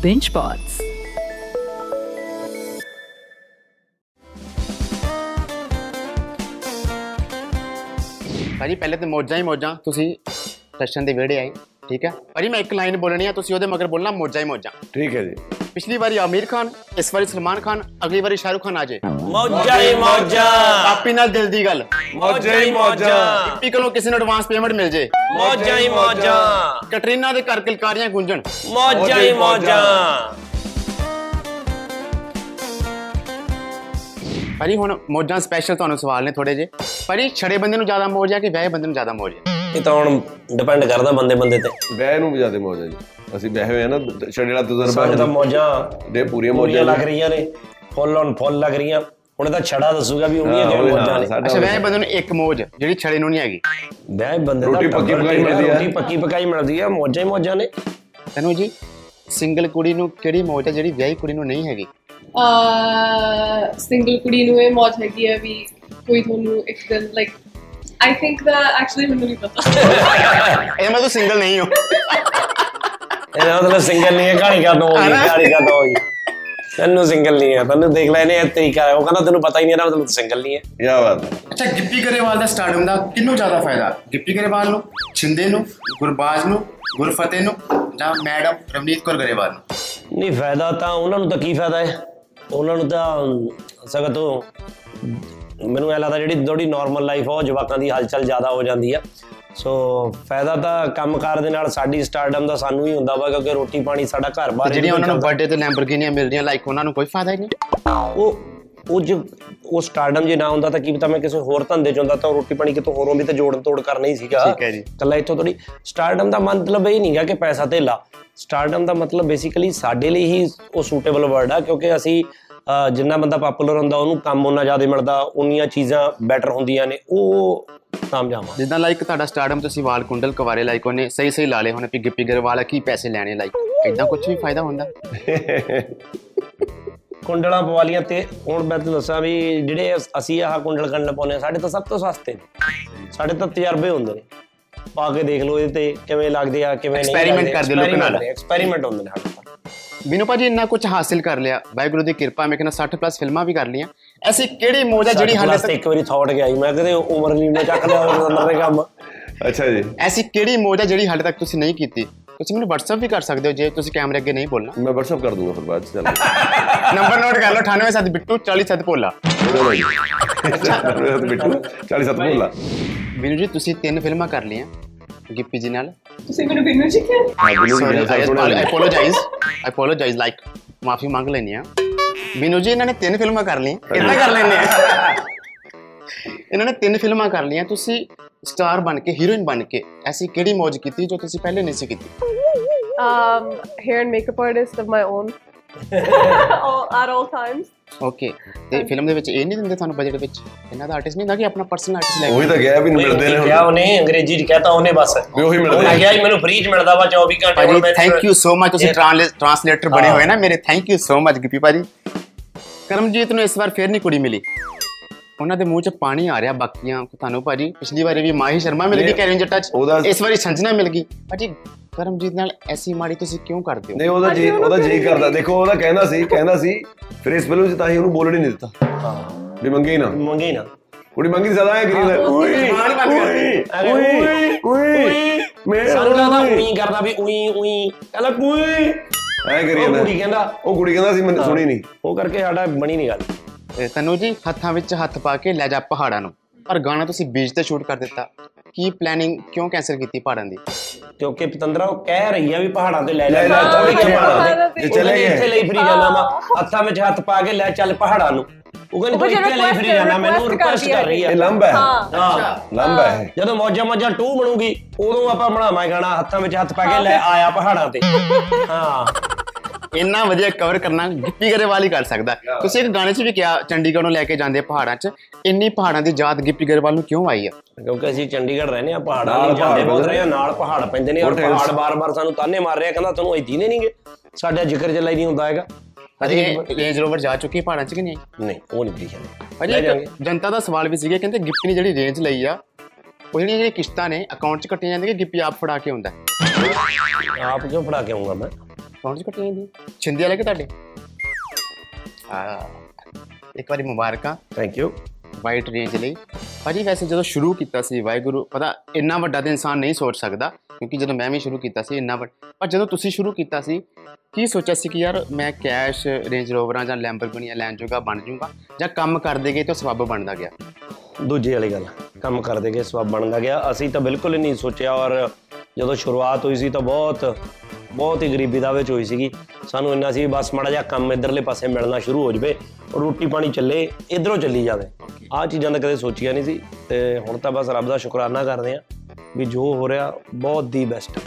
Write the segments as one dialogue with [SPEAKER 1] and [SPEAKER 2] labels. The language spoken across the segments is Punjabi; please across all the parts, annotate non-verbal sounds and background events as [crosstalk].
[SPEAKER 1] BingeBots.
[SPEAKER 2] ਭਾਜੀ ਪਹਿਲੇ ਤੇ ਮੋਜਾਂ ਹੀ ਮੋਜਾਂ ਤੁਸੀਂ ਸੈਸ਼ਨ ਦੇ ਵਿਹੜੇ ਆਏ ਠੀਕ ਹੈ ਭਾਜੀ ਮੈਂ ਇੱਕ ਲਾਈਨ ਬੋਲਣੀ ਆ ਤੁਸੀਂ ਉਹਦੇ ਮਗਰ ਬੋਲਣਾ ਮੋਜਾਂ ਹੀ ਮੋਜਾਂ
[SPEAKER 3] ਠੀਕ ਹੈ ਜੀ
[SPEAKER 2] ਪਿਛਲੀ ਵਾਰੀ ਆਮੀਰ ਖਾਨ ਇਸ ਵਾਰੀ ਸਲਮਾਨ ਖਾਨ ਅਗਲੀ ਵਾਰੀ ਸ਼ਾਹਰੁਖ ਖਾਨ ਆ ਜੇ
[SPEAKER 4] ਮੌਜਾਂ ਹੀ ਮੌਜਾਂ
[SPEAKER 2] ਆਪੀ ਨਾਲ ਦਿਲ ਦੀ ਗੱਲ
[SPEAKER 4] ਮੌਜਾਂ ਹੀ ਮੌਜਾਂ
[SPEAKER 2] ਵੀ ਕੋਲੋਂ ਕਿਸੇ ਨੂੰ ਐਡਵਾਂਸ ਪੇਮੈਂਟ ਮਿਲ ਜੇ
[SPEAKER 4] ਮੌਜਾਂ ਹੀ ਮੌਜਾਂ
[SPEAKER 2] ਕੈਟਰੀਨਾ ਦੇ ਘਰ ਕਿਲਕਾਰੀਆਂ ਗੂੰਜਣ
[SPEAKER 4] ਮੌਜਾਂ ਹੀ ਮੌਜਾਂ
[SPEAKER 2] ਭਾਜੀ ਹੁਣ ਮੋਜਾਂ ਸਪੈਸ਼ਲ ਤੁਹਾਨੂੰ ਸਵਾਲ ਨੇ ਥੋੜੇ ਜੇ ਭਾਜੀ ਛੜੇ ਬੰਦੇ ਨੂੰ ਜ਼ਿਆਦਾ ਮੋਜ ਆ ਕਿ ਵਿਆਹੇ ਬੰਦੇ ਨੂੰ ਜ਼ਿਆਦਾ ਮੋਜ ਆ
[SPEAKER 4] ਇਹ ਤਾਂ ਹੁਣ ਡਿਪੈਂਡ ਕਰਦਾ ਬੰਦੇ ਬੰਦੇ ਤੇ
[SPEAKER 3] ਵਹਿ ਨੂੰ ਵਜਾਦੇ ਮੌਜ ਹੈ ਜੀ ਅਸੀਂ ਵਹਿ ਹੋਏ ਆ ਨਾ ਛੜੇੜਾ ਤਜਰਬਾ
[SPEAKER 4] ਸਾਡੇ ਤਾਂ ਮੌਜਾਂ
[SPEAKER 3] ਦੇ ਪੂਰੀਆਂ
[SPEAKER 4] ਮੌਜਾਂ
[SPEAKER 3] ਮੌਜਾਂ
[SPEAKER 4] ਲੱਗ ਰਹੀਆਂ ਨੇ ਫੁੱਲ ਔਨ ਫੁੱਲ ਲੱਗ ਰਹੀਆਂ ਹੁਣ ਇਹ ਤਾਂ ਛੜਾ ਦੱਸੂਗਾ ਵੀ ਉਹਨੀਆਂ
[SPEAKER 3] ਹਾਂ,
[SPEAKER 4] ਕਿਹੜੀਆਂ
[SPEAKER 3] ਉਹਨੇ
[SPEAKER 4] ਮੌਜਾਂ
[SPEAKER 3] ਹਾਂ,
[SPEAKER 4] ਨੇ
[SPEAKER 3] ਸਾਡਾ
[SPEAKER 2] ਅੱਛਾ ਵਿਆਹੇ ਬੰਦੇ ਨੂੰ ਇੱਕ ਮੋਜ ਜਿਹੜੀ ਛੜੇ ਨੂੰ ਨਹੀਂ ਹੈਗੀ
[SPEAKER 4] ਬੈ ਬੰਦੇ ਦਾ
[SPEAKER 3] ਰੋਟੀ ਪੱਕੀ
[SPEAKER 4] ਟੱਬਰ
[SPEAKER 3] ਪਕਾਈ
[SPEAKER 4] ਟੇਢਾ,
[SPEAKER 3] ਮਿਲਦੀ ਆ।
[SPEAKER 4] ਰੋਟੀ ਪੱਕੀ ਪਕਾਈ ਮਿਲਦੀ ਆ ਮੌਜਾਂ ਹੀ ਮੌਜਾਂ ਨੇ
[SPEAKER 2] ਤੈਨੂੰ ਜੀ ਸਿੰਗਲ ਕੁੜੀ ਨੂੰ ਕਿਹੜੀ ਮੋਜ ਆ ਜਿਹੜੀ ਵਿਆਹੀ ਕੁੜੀ ਨੂੰ ਨਹੀਂ ਹੈਗੀ
[SPEAKER 5] ਸਿੰਗਲ ਕੁੜੀ ਨੂੰ ਇਹ ਮੌਜ ਹੈਗੀ ਆ ਵੀ ਕੋਈ ਤੁਹਾਨੂੰ ਇੱਕ ਦਿਨ ਲਾਈਕ ਆਈ ਥਿੰਕ ਦਾ ਐਕਚੁਅਲੀ ਮੈਨੂੰ ਨਹੀਂ ਪਤਾ
[SPEAKER 2] ਇਹ ਮੈਂ ਤੂੰ ਸਿੰਗਲ ਨਹੀਂ ਹੋ
[SPEAKER 4] ਇਹਦਾ ਮਤਲਬ ਸਿੰਗਲ ਨਹੀਂ ਹੈ ਕਹਾਣੀ ਕਾ ਹੋ ਗਈ ਕਹਾਣੀ ਕਾ ਹੋ ਗਈ ਤੈਨੂੰ ਸਿੰਗਲ ਨਹੀਂ ਹੈ ਤੈਨੂੰ ਦੇਖ ਲੈ ਇਹਨੇ ਇਹ ਤਰੀਕਾ ਹੈ ਉਹ ਕਹਿੰਦਾ ਤੈਨੂੰ ਪਤਾ ਹੀ ਨਹੀਂ ਇਹਦਾ ਮਤਲਬ ਸਿੰਗਲ ਨਹੀਂ ਹੈ
[SPEAKER 3] ਯਾ ਬਾਤ ਹੈ।
[SPEAKER 2] ਅੱਛਾ ਗਿੱਪੀ ਗਰੇਵਾਲ ਦਾ ਸਟਾਰਡਮ ਦਾ ਕਿੰਨੂੰ ਜ਼ਿਆਦਾ ਫਾਇਦਾ ਗਿੱਪੀ ਗਰੇਵਾਲ ਨੂੰ ਛਿੰਦੇ ਨੂੰ ਗੁਰਬਾਜ ਨੂੰ ਗੁਰਫਤਿਹ ਨੂੰ ਜਾਂ ਮੈਡਮ ਰਵਨੀਤ ਕੌਰ ਗਰੇਵਾਲ ਨੂੰ
[SPEAKER 4] ਨਹੀਂ ਫਾਇਦਾ ਤਾਂ ਉਹਨਾਂ ਨੂੰ ਤਾਂ ਕੀ ਫਾਇਦਾ ਹੈ ਉਹਨਾਂ ਨੂੰ ਤਾਂ ਸਗੋਂ ਤੋਂ ਮੈਨੂੰ ਇਹ ਲੱਗਦਾ ਜਿਹੜੀ ਥੋੜੀ ਨਾਰਮਲ ਲਾਈਫ ਆ ਉਹ ਜਵਾਕਾਂ ਦੀ ਹਲਚਲ ਜ਼ਿਆਦਾ ਹੋ ਜਾਂਦੀ ਆ ਸੋ ਫਾਇਦਾ ਤਾਂ ਕੰਮਕਾਰ ਦੇ ਨਾਲ ਸਾਡੀ ਸਟਾਰਡਮ ਦਾ ਸਾਨੂੰ ਹੀ ਹੁੰਦਾ ਵਾ ਕਿਉਂਕਿ ਰੋਟੀ ਪਾਣੀ ਸਾਡਾ ਘਰ ਬਾਰ
[SPEAKER 2] ਜਿਹੜੀਆਂ ਉਹਨਾਂ ਨੂੰ ਬਰਥਡੇ ਤੇ ਲੈਂਬਰਗਿਨੀਆਂ ਮਿਲਦੀਆਂ ਲਾਈਕ ਉਹਨਾਂ ਨੂੰ ਕੋਈ ਫਾਇਦਾ ਹੀ ਨਹੀਂ
[SPEAKER 4] ਉਹ ਉਹ ਜੇ ਉਹ ਸਟਾਰਡਮ ਜੇ ਨਾ ਹੁੰਦਾ ਤਾਂ ਕੀ ਪਤਾ ਮੈਂ ਕਿਸੇ ਹੋਰ ਧੰਦੇ 'ਚ ਹੁੰਦਾ ਤਾਂ ਉਹ ਰੋਟੀ ਪਾਣੀ ਕਿਤੋਂ ਹੋਰੋਂ ਵੀ ਤਾਂ ਜੋੜਨ ਤੋੜ ਕਰਨਾ ਹੀ ਸੀਗਾ
[SPEAKER 2] ਠੀਕ ਹੈ ਜੀ।
[SPEAKER 4] ਕੱਲਾ ਇੱਥੋਂ ਥੋੜੀ ਸਟਾਰਡਮ ਦਾ ਮਤਲਬ ਇਹ ਨਹੀਂਗਾ ਕਿ ਪੈਸਾ ਧੇਲਾ ਸਟਾਰਡਮ ਦਾ ਮਤਲਬ ਬੇਸਿਕਲੀ ਸਾਡੇ ਲਈ ਹੀ ਉਹ ਸੂਟੇਬਲ ਵਰਡ ਆ ਕਿਉਂਕਿ ਅਸੀਂ ਅਹ, ਜਿੰਨਾ ਬੰਦਾ ਪਪੂਲਰ ਹੁੰਦਾ ਉਹਨੂੰ ਕੰਮ ਉਹਨਾਂ ਜ਼ਿਆਦਾ ਮਿਲਦਾ ਉਨੀਆਂ ਚੀਜ਼ਾਂ ਬੈਟਰ ਹੁੰਦੀਆਂ ਨੇ ਉਹ ਕਾਮਯਾਬ ਆ
[SPEAKER 2] ਜਿੱਦਾਂ ਲਾਈਕ ਤੁਹਾਡਾ ਸਟਾਰਡਮ ਤੁਸੀਂ ਵਾਲ ਕੁੰਡਲ ਕਵਾਰੇ ਲਾਈਕ ਉਹਨੇ ਸਹੀ ਸਹੀ ਲਾ ਲਏ ਹੁਣ ਵੀ ਗਿੱਪੀ ਗਰੇਵਾਲ ਆ ਕੀ ਪੈਸੇ ਲੈਣੇ ਲਾਈਕ ਇਦਾਂ ਕੁਝ ਵੀ ਫਾਇਦਾ ਹੁੰਦਾ
[SPEAKER 4] ਕੁੰਡਲਾਂ ਪਵਾਲੀਆਂ ਤੇ ਹੁਣ ਮੈਂ ਤੁਹਾਨੂੰ ਦੱਸਾਂ ਵੀ ਜਿਹੜੇ ਅਸੀਂ ਆਹ ਕੁੰਡਲ ਕੰਡਲ ਪਾਉਂਦੇ ਹਾਂ ਸਾਡੇ ਤਾਂ ਸਭ ਤੋਂ ਸਸਤੇ ਨੇ ਸਾਡੇ ਤਾਂ ਤਜਰਬੇ ਹੁੰਦੇ ਨੇ ਪਾ ਕੇ ਦੇਖ ਲਓ ਇਹਦੇ ਤੇ ਕਿਵੇਂ ਲੱਗਦੇ ਆ ਕਿਵੇਂ ਨਹੀਂ
[SPEAKER 2] Experiment ਕਰਦੇ ਲੋਕ ਨਾਲ।
[SPEAKER 4] ਐਕਸਪੈਰੀਮੈਂਟ ਹੁੰਦੇ ਨੇ ਸਾਡੇ ਤਾਂ
[SPEAKER 2] ਬਿਨੂ ਭਾਜੀ ਇੰਨਾ ਕੁਝ ਹਾਸਿਲ ਕਰ ਲਿਆ ਵਾਹਿਗੁਰੂ ਦੀ ਕਿਰਪਾ ਮੇਰੇ ਨਾਲ 60 ਪਲੱਸ ਫਿਲਮਾਂ ਵੀ ਕਰ ਲਈਆਂ ਐਸੀ ਕਿਹੜੀ ਮੋਜ ਆ ਜਿਹੜੀ ਹਾਲੇ
[SPEAKER 4] Plus ਤੇ
[SPEAKER 2] ਤੱਕ
[SPEAKER 4] ਇੱਕ ਵਾਰੀ ਥੌਟ ਗਿਆ ਸੀ ਮੈਂ ਕਿਤੇ ਉਮਰ ਲੀਨ ਨੇ ਚੱਕ ਲਿਆ ਉਹ ਅੰਦਰ ਦੇ ਕੰਮ
[SPEAKER 3] ਅੱਛਾ ਜੀ
[SPEAKER 2] ਐਸੀ ਕਿਹੜੀ ਮੋਜ ਆ ਜਿਹੜੀ ਹਾਲੇ ਤੱਕ ਤੁਸੀਂ ਨਹੀਂ ਕੀਤੀ ਤੁਸੀਂ ਮੈਨੂੰ WhatsApp ਵੀ ਕਰ ਸਕਦੇ ਹੋ ਜੇ ਤੁਸੀਂ ਕੈਮਰੇ ਅੱਗੇ ਨਹੀਂ ਬੋਲਣਾ
[SPEAKER 3] ਮੈਂ WhatsApp ਕਰ ਦੂੰਗਾ ਫਿਰ ਬਾਅਦ ਚ ਚੱਲ
[SPEAKER 2] ਨੰਬਰ ਨੋਟ ਕਰ ਲਓ 987 ਬਿੱਟੂ 407 ਭੋਲਾ
[SPEAKER 3] ਬੋਲੋ ਜੀ ਅੱਛਾ, ਬਿੱਟੂ 47 ਬੋਲਾ
[SPEAKER 2] ਵੀਨੂ ਜੀ ਤੁਸੀਂ ਤਿੰਨ ਫਿਲਮਾਂ ਕਰ ਲਈਆਂ ਗਿੱਪੀ ਜੀ ਨਾਲ
[SPEAKER 5] ਤੁਸੀਂ ਮੈਨੂੰ ਬਿਨੂ ਜੀ ਕਿਹਾ
[SPEAKER 2] I apologise I apologise like ਮਾਫੀ ਮੰਗ ਲੈਣੀ ਆ ਵੀਨੂ ਜੀ ਇਹਨਾਂ ਨੇ ਤਿੰਨ ਫਿਲਮਾਂ ਕਰ ਲਈਆਂ ਇਦਾਂ ਕਰ ਲੈਣੇ ਆ ਇਹਨਾਂ ਨੇ ਤਿੰਨ ਫਿਲਮਾਂ ਕਰ ਲਈਆਂ ਤੁਸੀਂ ਸਟਾਰ ਬਣ ਕੇ ਹੀਰੋਇਨ ਬਣ ਕੇ ਐਸੀ ਕਿਹੜੀ ਮੌਜ ਕੀਤੀ ਜੋ ਤੁਸੀਂ ਪਹਿਲੇ ਨਹੀਂ ਸੀ ਕੀਤੀ
[SPEAKER 5] um hair and makeup artist of my own all, at all times
[SPEAKER 2] okay ਤੇ ਫਿਲਮ ਦੇ ਵਿੱਚ ਇਹ ਨਹੀਂ ਦਿੰਦੇ ਤੁਹਾਨੂੰ ਬਜਟ ਵਿੱਚ ਇਹਨਾਂ ਦਾ ਆਰਟਿਸਟ ਨਹੀਂ ਹੁੰਦਾ ਕਿ ਆਪਣਾ ਪਰਸਨਲ ਆਰਟਿਸਟ ਲੈ ਕੇ
[SPEAKER 3] ਉਹੀ ਤਾਂ ਗਿਆ ਵੀ ਨਹੀਂ ਮਿਲਦੇ ਨੇ ਹੁਣ
[SPEAKER 4] ਕਿਹਾ ਉਹਨੇ ਅੰਗਰੇਜ਼ੀ ਚ ਕਹਤਾ ਉਹਨੇ ਬਸ
[SPEAKER 3] ਵੀ ਉਹੀ ਮਿਲਦੇ
[SPEAKER 4] ਉਹਨੇ
[SPEAKER 3] ਨੇ।
[SPEAKER 4] ਕਿਹਾ ਜੀ ਮੈਨੂੰ ਫ੍ਰੀ ਚ ਮਿਲਦਾ ਵਾ 24 ਘੰਟੇ ਹੁਣ
[SPEAKER 2] ਭਾਜੀ
[SPEAKER 4] ਮੈਨੂੰ-
[SPEAKER 2] ਥੈਂਕ ਯੂ ਸੋ ਮਚ ਤੁਸੀਂ
[SPEAKER 4] ਇਹ-
[SPEAKER 2] ਟ੍ਰਾਂਸਲੇਟਰ ਬਣੇ
[SPEAKER 4] ਹਾਂ।
[SPEAKER 2] ਹੋਏ ਨਾ ਮੇਰੇ thank you so much Gippy ਭਾਜੀ ਕਰਮਜੀਤ ਨੂੰ ਇਸ ਵਾਰ ਫੇਰ ਨਹੀਂ ਕੁੜੀ ਮਿਲੀ ਉਹਨਾਂ ਦੇ ਮੂੰਹ 'ਚ ਪਾਣੀ ਆ ਰਿਹਾ ਬਾਕੀਆਂ ਤੁਹਾਨੂੰ ਭਾਜੀ ਪਿਛਲੀ ਵਾਰੀ ਵੀ ਮਾਹੀ ਸ਼ਰਮਾ ਮਿਲ ਗਈ
[SPEAKER 3] ਨਹੀਂ,
[SPEAKER 2] ਕੈਰਨ ਜੱਟਾ 'ਚ
[SPEAKER 3] ਉਹਦਾ-
[SPEAKER 2] ਇਸ ਵਾਰੀ ਸੰਜਨਾ ਮਿਲ ਗਈ ਭਾਜੀ ਕਰਮਜੀਤ ਨਾਲ ਐਸੀ ਮਾੜੀ ਤੁਸੀਂ ਕਿਉਂ ਕਰਦੇ ਹੋ
[SPEAKER 3] ਨਹੀਂ ਉਹਦਾ ਜੀ ਉਹਦਾ ਜੀ ਕਰਦਾ ਦੇਖੋ ਉਹਦਾ ਕਹਿੰਦਾ ਸੀ ਕਹਿੰਦਾ ਸੀ ਫਿਰ ਇਸ ਫਿਲਮ ਚ ਤਾਂ ਹੀ ਉਹਨੂੰ ਬੋਲਣ ਹੀ ਨਹੀਂ ਦਿੱਤਾ
[SPEAKER 4] ਹਾਂ
[SPEAKER 3] ਵੀ ਮੰਗੇ ਹੀ ਨਾ
[SPEAKER 4] ਮੰਗੇ ਹੀ ਨਾ
[SPEAKER 3] ਕੁੜੀ ਮੰਗੀ ਸਦਾ ਹੈ ਗਰੀਨ ਓਏ
[SPEAKER 2] ਜ਼ੁਬਾਨ ਬੰਦ ਕਰ
[SPEAKER 3] ਓਏ
[SPEAKER 4] ਅਰੇ
[SPEAKER 3] ਓਏ ਓਏ ਮੇਰੇ
[SPEAKER 4] ਸਾਨੂੰ ਲੱਗਦਾ
[SPEAKER 3] ਓਏ।
[SPEAKER 4] ਉਹੀ ਕਰਦਾ ਵੀ ਉਹੀ ਉਹੀ ਕਹਿੰਦਾ ਕੋਈ
[SPEAKER 3] ਐ ਕਰੀ
[SPEAKER 4] ਉਹ ਕੁੜੀ
[SPEAKER 3] ਜਾਂਦਾ
[SPEAKER 4] ਕਹਿੰਦਾ
[SPEAKER 3] ਉਹ ਕੁੜੀ ਕਹਿੰਦਾ ਸੀ ਮੈਨੂੰ ਸੁਣੀ ਨਹੀਂ
[SPEAKER 4] ਉਹ ਕਰਕੇ ਸਾਡਾ ਬਣੀ ਨਹੀਂ ਗੱਲ
[SPEAKER 2] ਤੇ ਤਨੂ ਜੀ ਹੱਥਾਂ ਵਿੱਚ ਹੱਥ ਪਾ ਕੇ ਲੈ ਜਾ ਪਹਾੜਾਂ ਨੂੰ ਪਰ ਗਾਣਾ ਤੁਸੀਂ ਬੀਚ ਤੇ ਸ਼ੂਟ ਕਰ ਦਿੱਤਾ ਕੀ ਪਲੈਨਿੰਗ ਕਿਉਂ ਕੈਂਸਲ ਕੀਤੀ ਪਹਾੜਾਂ ਦੀ
[SPEAKER 4] ਕਿਉਂਕਿ ਪਤੰਦਰਾ ਉਹ ਕਹਿ ਰਹੀ ਆ ਵੀ ਪਹਾੜਾਂ ਤੇ ਲੈ
[SPEAKER 3] ਲੈ
[SPEAKER 4] ਲੈ
[SPEAKER 3] ਲੈ ਤਾਂ ਵੀ
[SPEAKER 5] ਕਿਉਂ
[SPEAKER 3] ਪਹਾੜਾਂ
[SPEAKER 5] ਤੇ?
[SPEAKER 3] ਤੇ ਜੇ ਚਲੇ
[SPEAKER 4] ਉਹਨੇ ਇੱਥੇ
[SPEAKER 3] ਗਏ
[SPEAKER 4] ਲਈ ਫਰੀ ਜਾਣਾ ਵਾ ਹੱਥਾਂ ਵਿੱਚ ਹੱਥ ਪਾ ਕੇ ਲੈ ਚੱਲ ਪਹਾੜਾਂ ਨੂੰ ਉਹ ਕਹਿੰਦੀ
[SPEAKER 5] ਉਹ
[SPEAKER 4] ਤੂੰ
[SPEAKER 5] ਜਿਹੜਾ
[SPEAKER 4] ਇੱਥੇ ਲਈ
[SPEAKER 5] request
[SPEAKER 4] ਫਰੀ
[SPEAKER 5] ਕਰ-
[SPEAKER 4] ਜਾਣਾ ਮੈਨੂੰ
[SPEAKER 5] request
[SPEAKER 4] ਰਿਕੁਐਸਟ ਕਰ ਰਹੀ ਆ
[SPEAKER 3] ਇਹ ਲੰਬਾ ਹੈ
[SPEAKER 5] ਹਾਂ
[SPEAKER 4] ਹਾਂ
[SPEAKER 3] ਲੰਬਾ ਹੈ
[SPEAKER 4] ਜਦੋਂ ਮੌਜਾਂ ਮੌਜਾਂ 2 ਬਣੂਗੀ ਉਦੋਂ ਆਪਾਂ ਬਣਾਵਾਂਗੇ ਗਾਣਾ ਹੱਥਾਂ ਵਿੱਚ ਹੱਥ ਪਾ ਕੇ ਲੈ ਆਇਆ ਪਹਾੜਾਂ ਤੇ ਹਾਂ
[SPEAKER 2] ਇੰਨਾ ਵਧੀਆ ਕਵਰ ਕਰਨਾ ਗਿੱਪੀ ਗਰੇਵਾਲ ਹੀ ਕਰ ਸਕਦਾ ਹੈ। ਤੁਸੀਂ ਇੱਕ ਗਾਣੇ 'ਚ ਵੀ ਕਿਹਾ ਚੰਡੀਗੜ੍ਹ ਨੂੰ ਲੈ ਕੇ ਜਾਂਦੇ ਪਹਾੜਾਂ 'ਚ ਇੰਨੀ ਪਹਾੜਾਂ ਦੀ ਯਾਦ ਗਿੱਪੀ ਗਰੇਵਾਲ ਨੂੰ ਕਿਉਂ ਆਈ ਆ
[SPEAKER 4] ਕਿਉਂਕਿ ਅਸੀਂ ਚੰਡੀਗੜ੍ਹ ਰਹਿੰਦੇ ਆ ਪਹਾੜਾਂ
[SPEAKER 3] ਨਾਲ
[SPEAKER 4] ਨਾਲ ਜਾਂਦੇ
[SPEAKER 3] ਪਹਾੜ
[SPEAKER 4] ਬਹੁਤ
[SPEAKER 3] ਪੈਂਦੇ
[SPEAKER 4] ਰਹੇ ਆ ਨਾਲ ਪਹਾੜ ਪੈਂਦੇ ਨੇ ਔਰ
[SPEAKER 3] Hotels।
[SPEAKER 4] ਪਹਾੜ ਬਾਰ-ਬਾਰ ਸਾਨੂੰ ਤਾਨੇ ਮਾਰ ਰਿਹਾ ਕਹਿੰਦਾ ਤੁਹਾਨੂੰ ਇੱਦੀ ਨੇ ਨਹੀਂਗੇ ਸਾਡਾ ਜ਼ਿਕਰ ਜਲਾਈ ਨਹੀਂ ਹੁੰਦਾ ਹੈਗਾ
[SPEAKER 2] ਅਜੇ ਰੇਂਜ ਰੋਵਰ ਜਾ ਚੁੱਕੀ ਹੈ ਪਹਾੜਾਂ 'ਚ ਕਿ ਨਹੀਂ
[SPEAKER 4] ਨਹੀਂ ਉਹ ਨਹੀਂ ਬਰੀਖਿਆ
[SPEAKER 2] ਅਜੇ
[SPEAKER 4] ਲੈ ਜਾਵਾਂਗੇ
[SPEAKER 2] ਇੱਕ ਜਨਤਾ ਦਾ ਸਵਾਲ ਵੀ ਸੀਗਾ ਕਹਿੰਦੇ ਗਿੱਪੀ ਨੇ ਜਿਹੜੀ ਰੇਂਜ ਲਈ ਆ ਉਹ ਜਿਹੜੀਆਂ ਜਿਹੜੀਆਂ ਕਿਸ਼ਤਾਂ ਨੇ ਅਕਾਊਂਟ 'ਚ ਕੱਟੀਆਂ ਜਾਂਦੀਆਂ ਕਿ ਗਿੱਪੀ ਆਪ ਫੜਾ ਕੇ ਹੁੰਦਾ ਹੈ?
[SPEAKER 4] ਆਪ ਕਿਉਂ ਫੜਾ ਕੇ ਆਉਂਗਾ ਮੈਂ
[SPEAKER 2] ਪਹੁੰਚ ਕੱਟੀਆਂ ਦੀ ਛਿੰਦੀ ਵਾਲੇ ਕਿ ਤੁਹਾਡੇ ਆ ਇੱਕ ਵਾਰੀ ਮੁਬਾਰਕਾਂ
[SPEAKER 3] ਥੈਂਕ ਯੂ
[SPEAKER 2] ਵਾਈਟ ਰੇਂਜ ਲਈ ਭਾਜੀ ਵੈਸੇ ਜਦੋਂ ਸ਼ੁਰੂ ਕੀਤਾ ਸੀ ਵਾਹਿਗੁਰੂ ਪਤਾ ਇੰਨਾ ਵੱਡਾ ਤੇ ਇਨਸਾਨ ਨਹੀਂ ਸੋਚ ਸਕਦਾ ਕਿਉਂਕਿ ਜਦੋਂ ਮੈਂ ਵੀ ਸ਼ੁਰੂ ਕੀਤਾ ਸੀ ਇੰਨਾ ਵੱਡਾ ਪਰ ਜਦੋਂ ਤੁਸੀਂ ਸ਼ੁਰੂ ਕੀਤਾ ਸੀ ਕੀ ਸੋਚਿਆ ਸੀ ਕਿ ਯਾਰ ਮੈਂ ਕੈਸ਼ ਰੇਂਜ ਰੋਵਰਾਂ ਜਾਂ ਲੈਂਬਰਗਿਨੀ ਲੈਣ ਜੂਗਾ ਬਣ ਜੂਗਾ ਜਾਂ ਕੰਮ ਕਰਦੇ ਗਏ ਤਾਂ ਸਬੱਬ ਬਣਦਾ ਗਿਆ
[SPEAKER 4] ਦੂਜੀ ਵਾਲੀ ਗੱਲ ਕੰਮ ਕਰਦੇ ਗਏ ਸਵਾਬ ਬਣਦਾ ਗਿਆ ਅਸੀਂ ਤਾਂ ਬਿਲਕੁਲ ਹੀ ਨਹੀਂ ਸੋਚਿਆ ਔਰ ਜਦੋਂ ਸ਼ੁਰੂਆਤ ਹੋਈ ਸੀ ਤਾਂ ਬਹੁਤ ਬਹੁਤ ਹੀ ਗਰੀਬੀ ਦਾ ਵਿੱਚ ਹੋਈ ਸੀਗੀ ਸਾਨੂੰ ਇੰਨਾ ਸੀ ਵੀ ਬਸ ਮਾੜਾ ਜਿਹਾ ਕੰਮ ਇਧਰਲੇ ਪਾਸੇ ਮਿਲਣਾ ਸ਼ੁਰੂ ਹੋ ਜਵੇ ਔਰ ਰੋਟੀ ਪਾਣੀ ਚੱਲੇ ਇਧਰੋਂ ਚੱਲੀ ਜਾਵੇ ਆਹ ਚੀਜ਼ਾਂ ਦਾ ਕਦੇ ਸੋਚਿਆ ਨਹੀਂ ਸੀ ਤੇ ਹੁਣ ਤਾਂ ਬਸ ਰੱਬ ਦਾ ਸ਼ੁਕਰਾਨਾ ਕਰਦੇ ਆ ਵੀ ਜੋ ਹੋ ਰਿਹਾ ਬਹੁਤ ਦੀ ਬੈਸਟ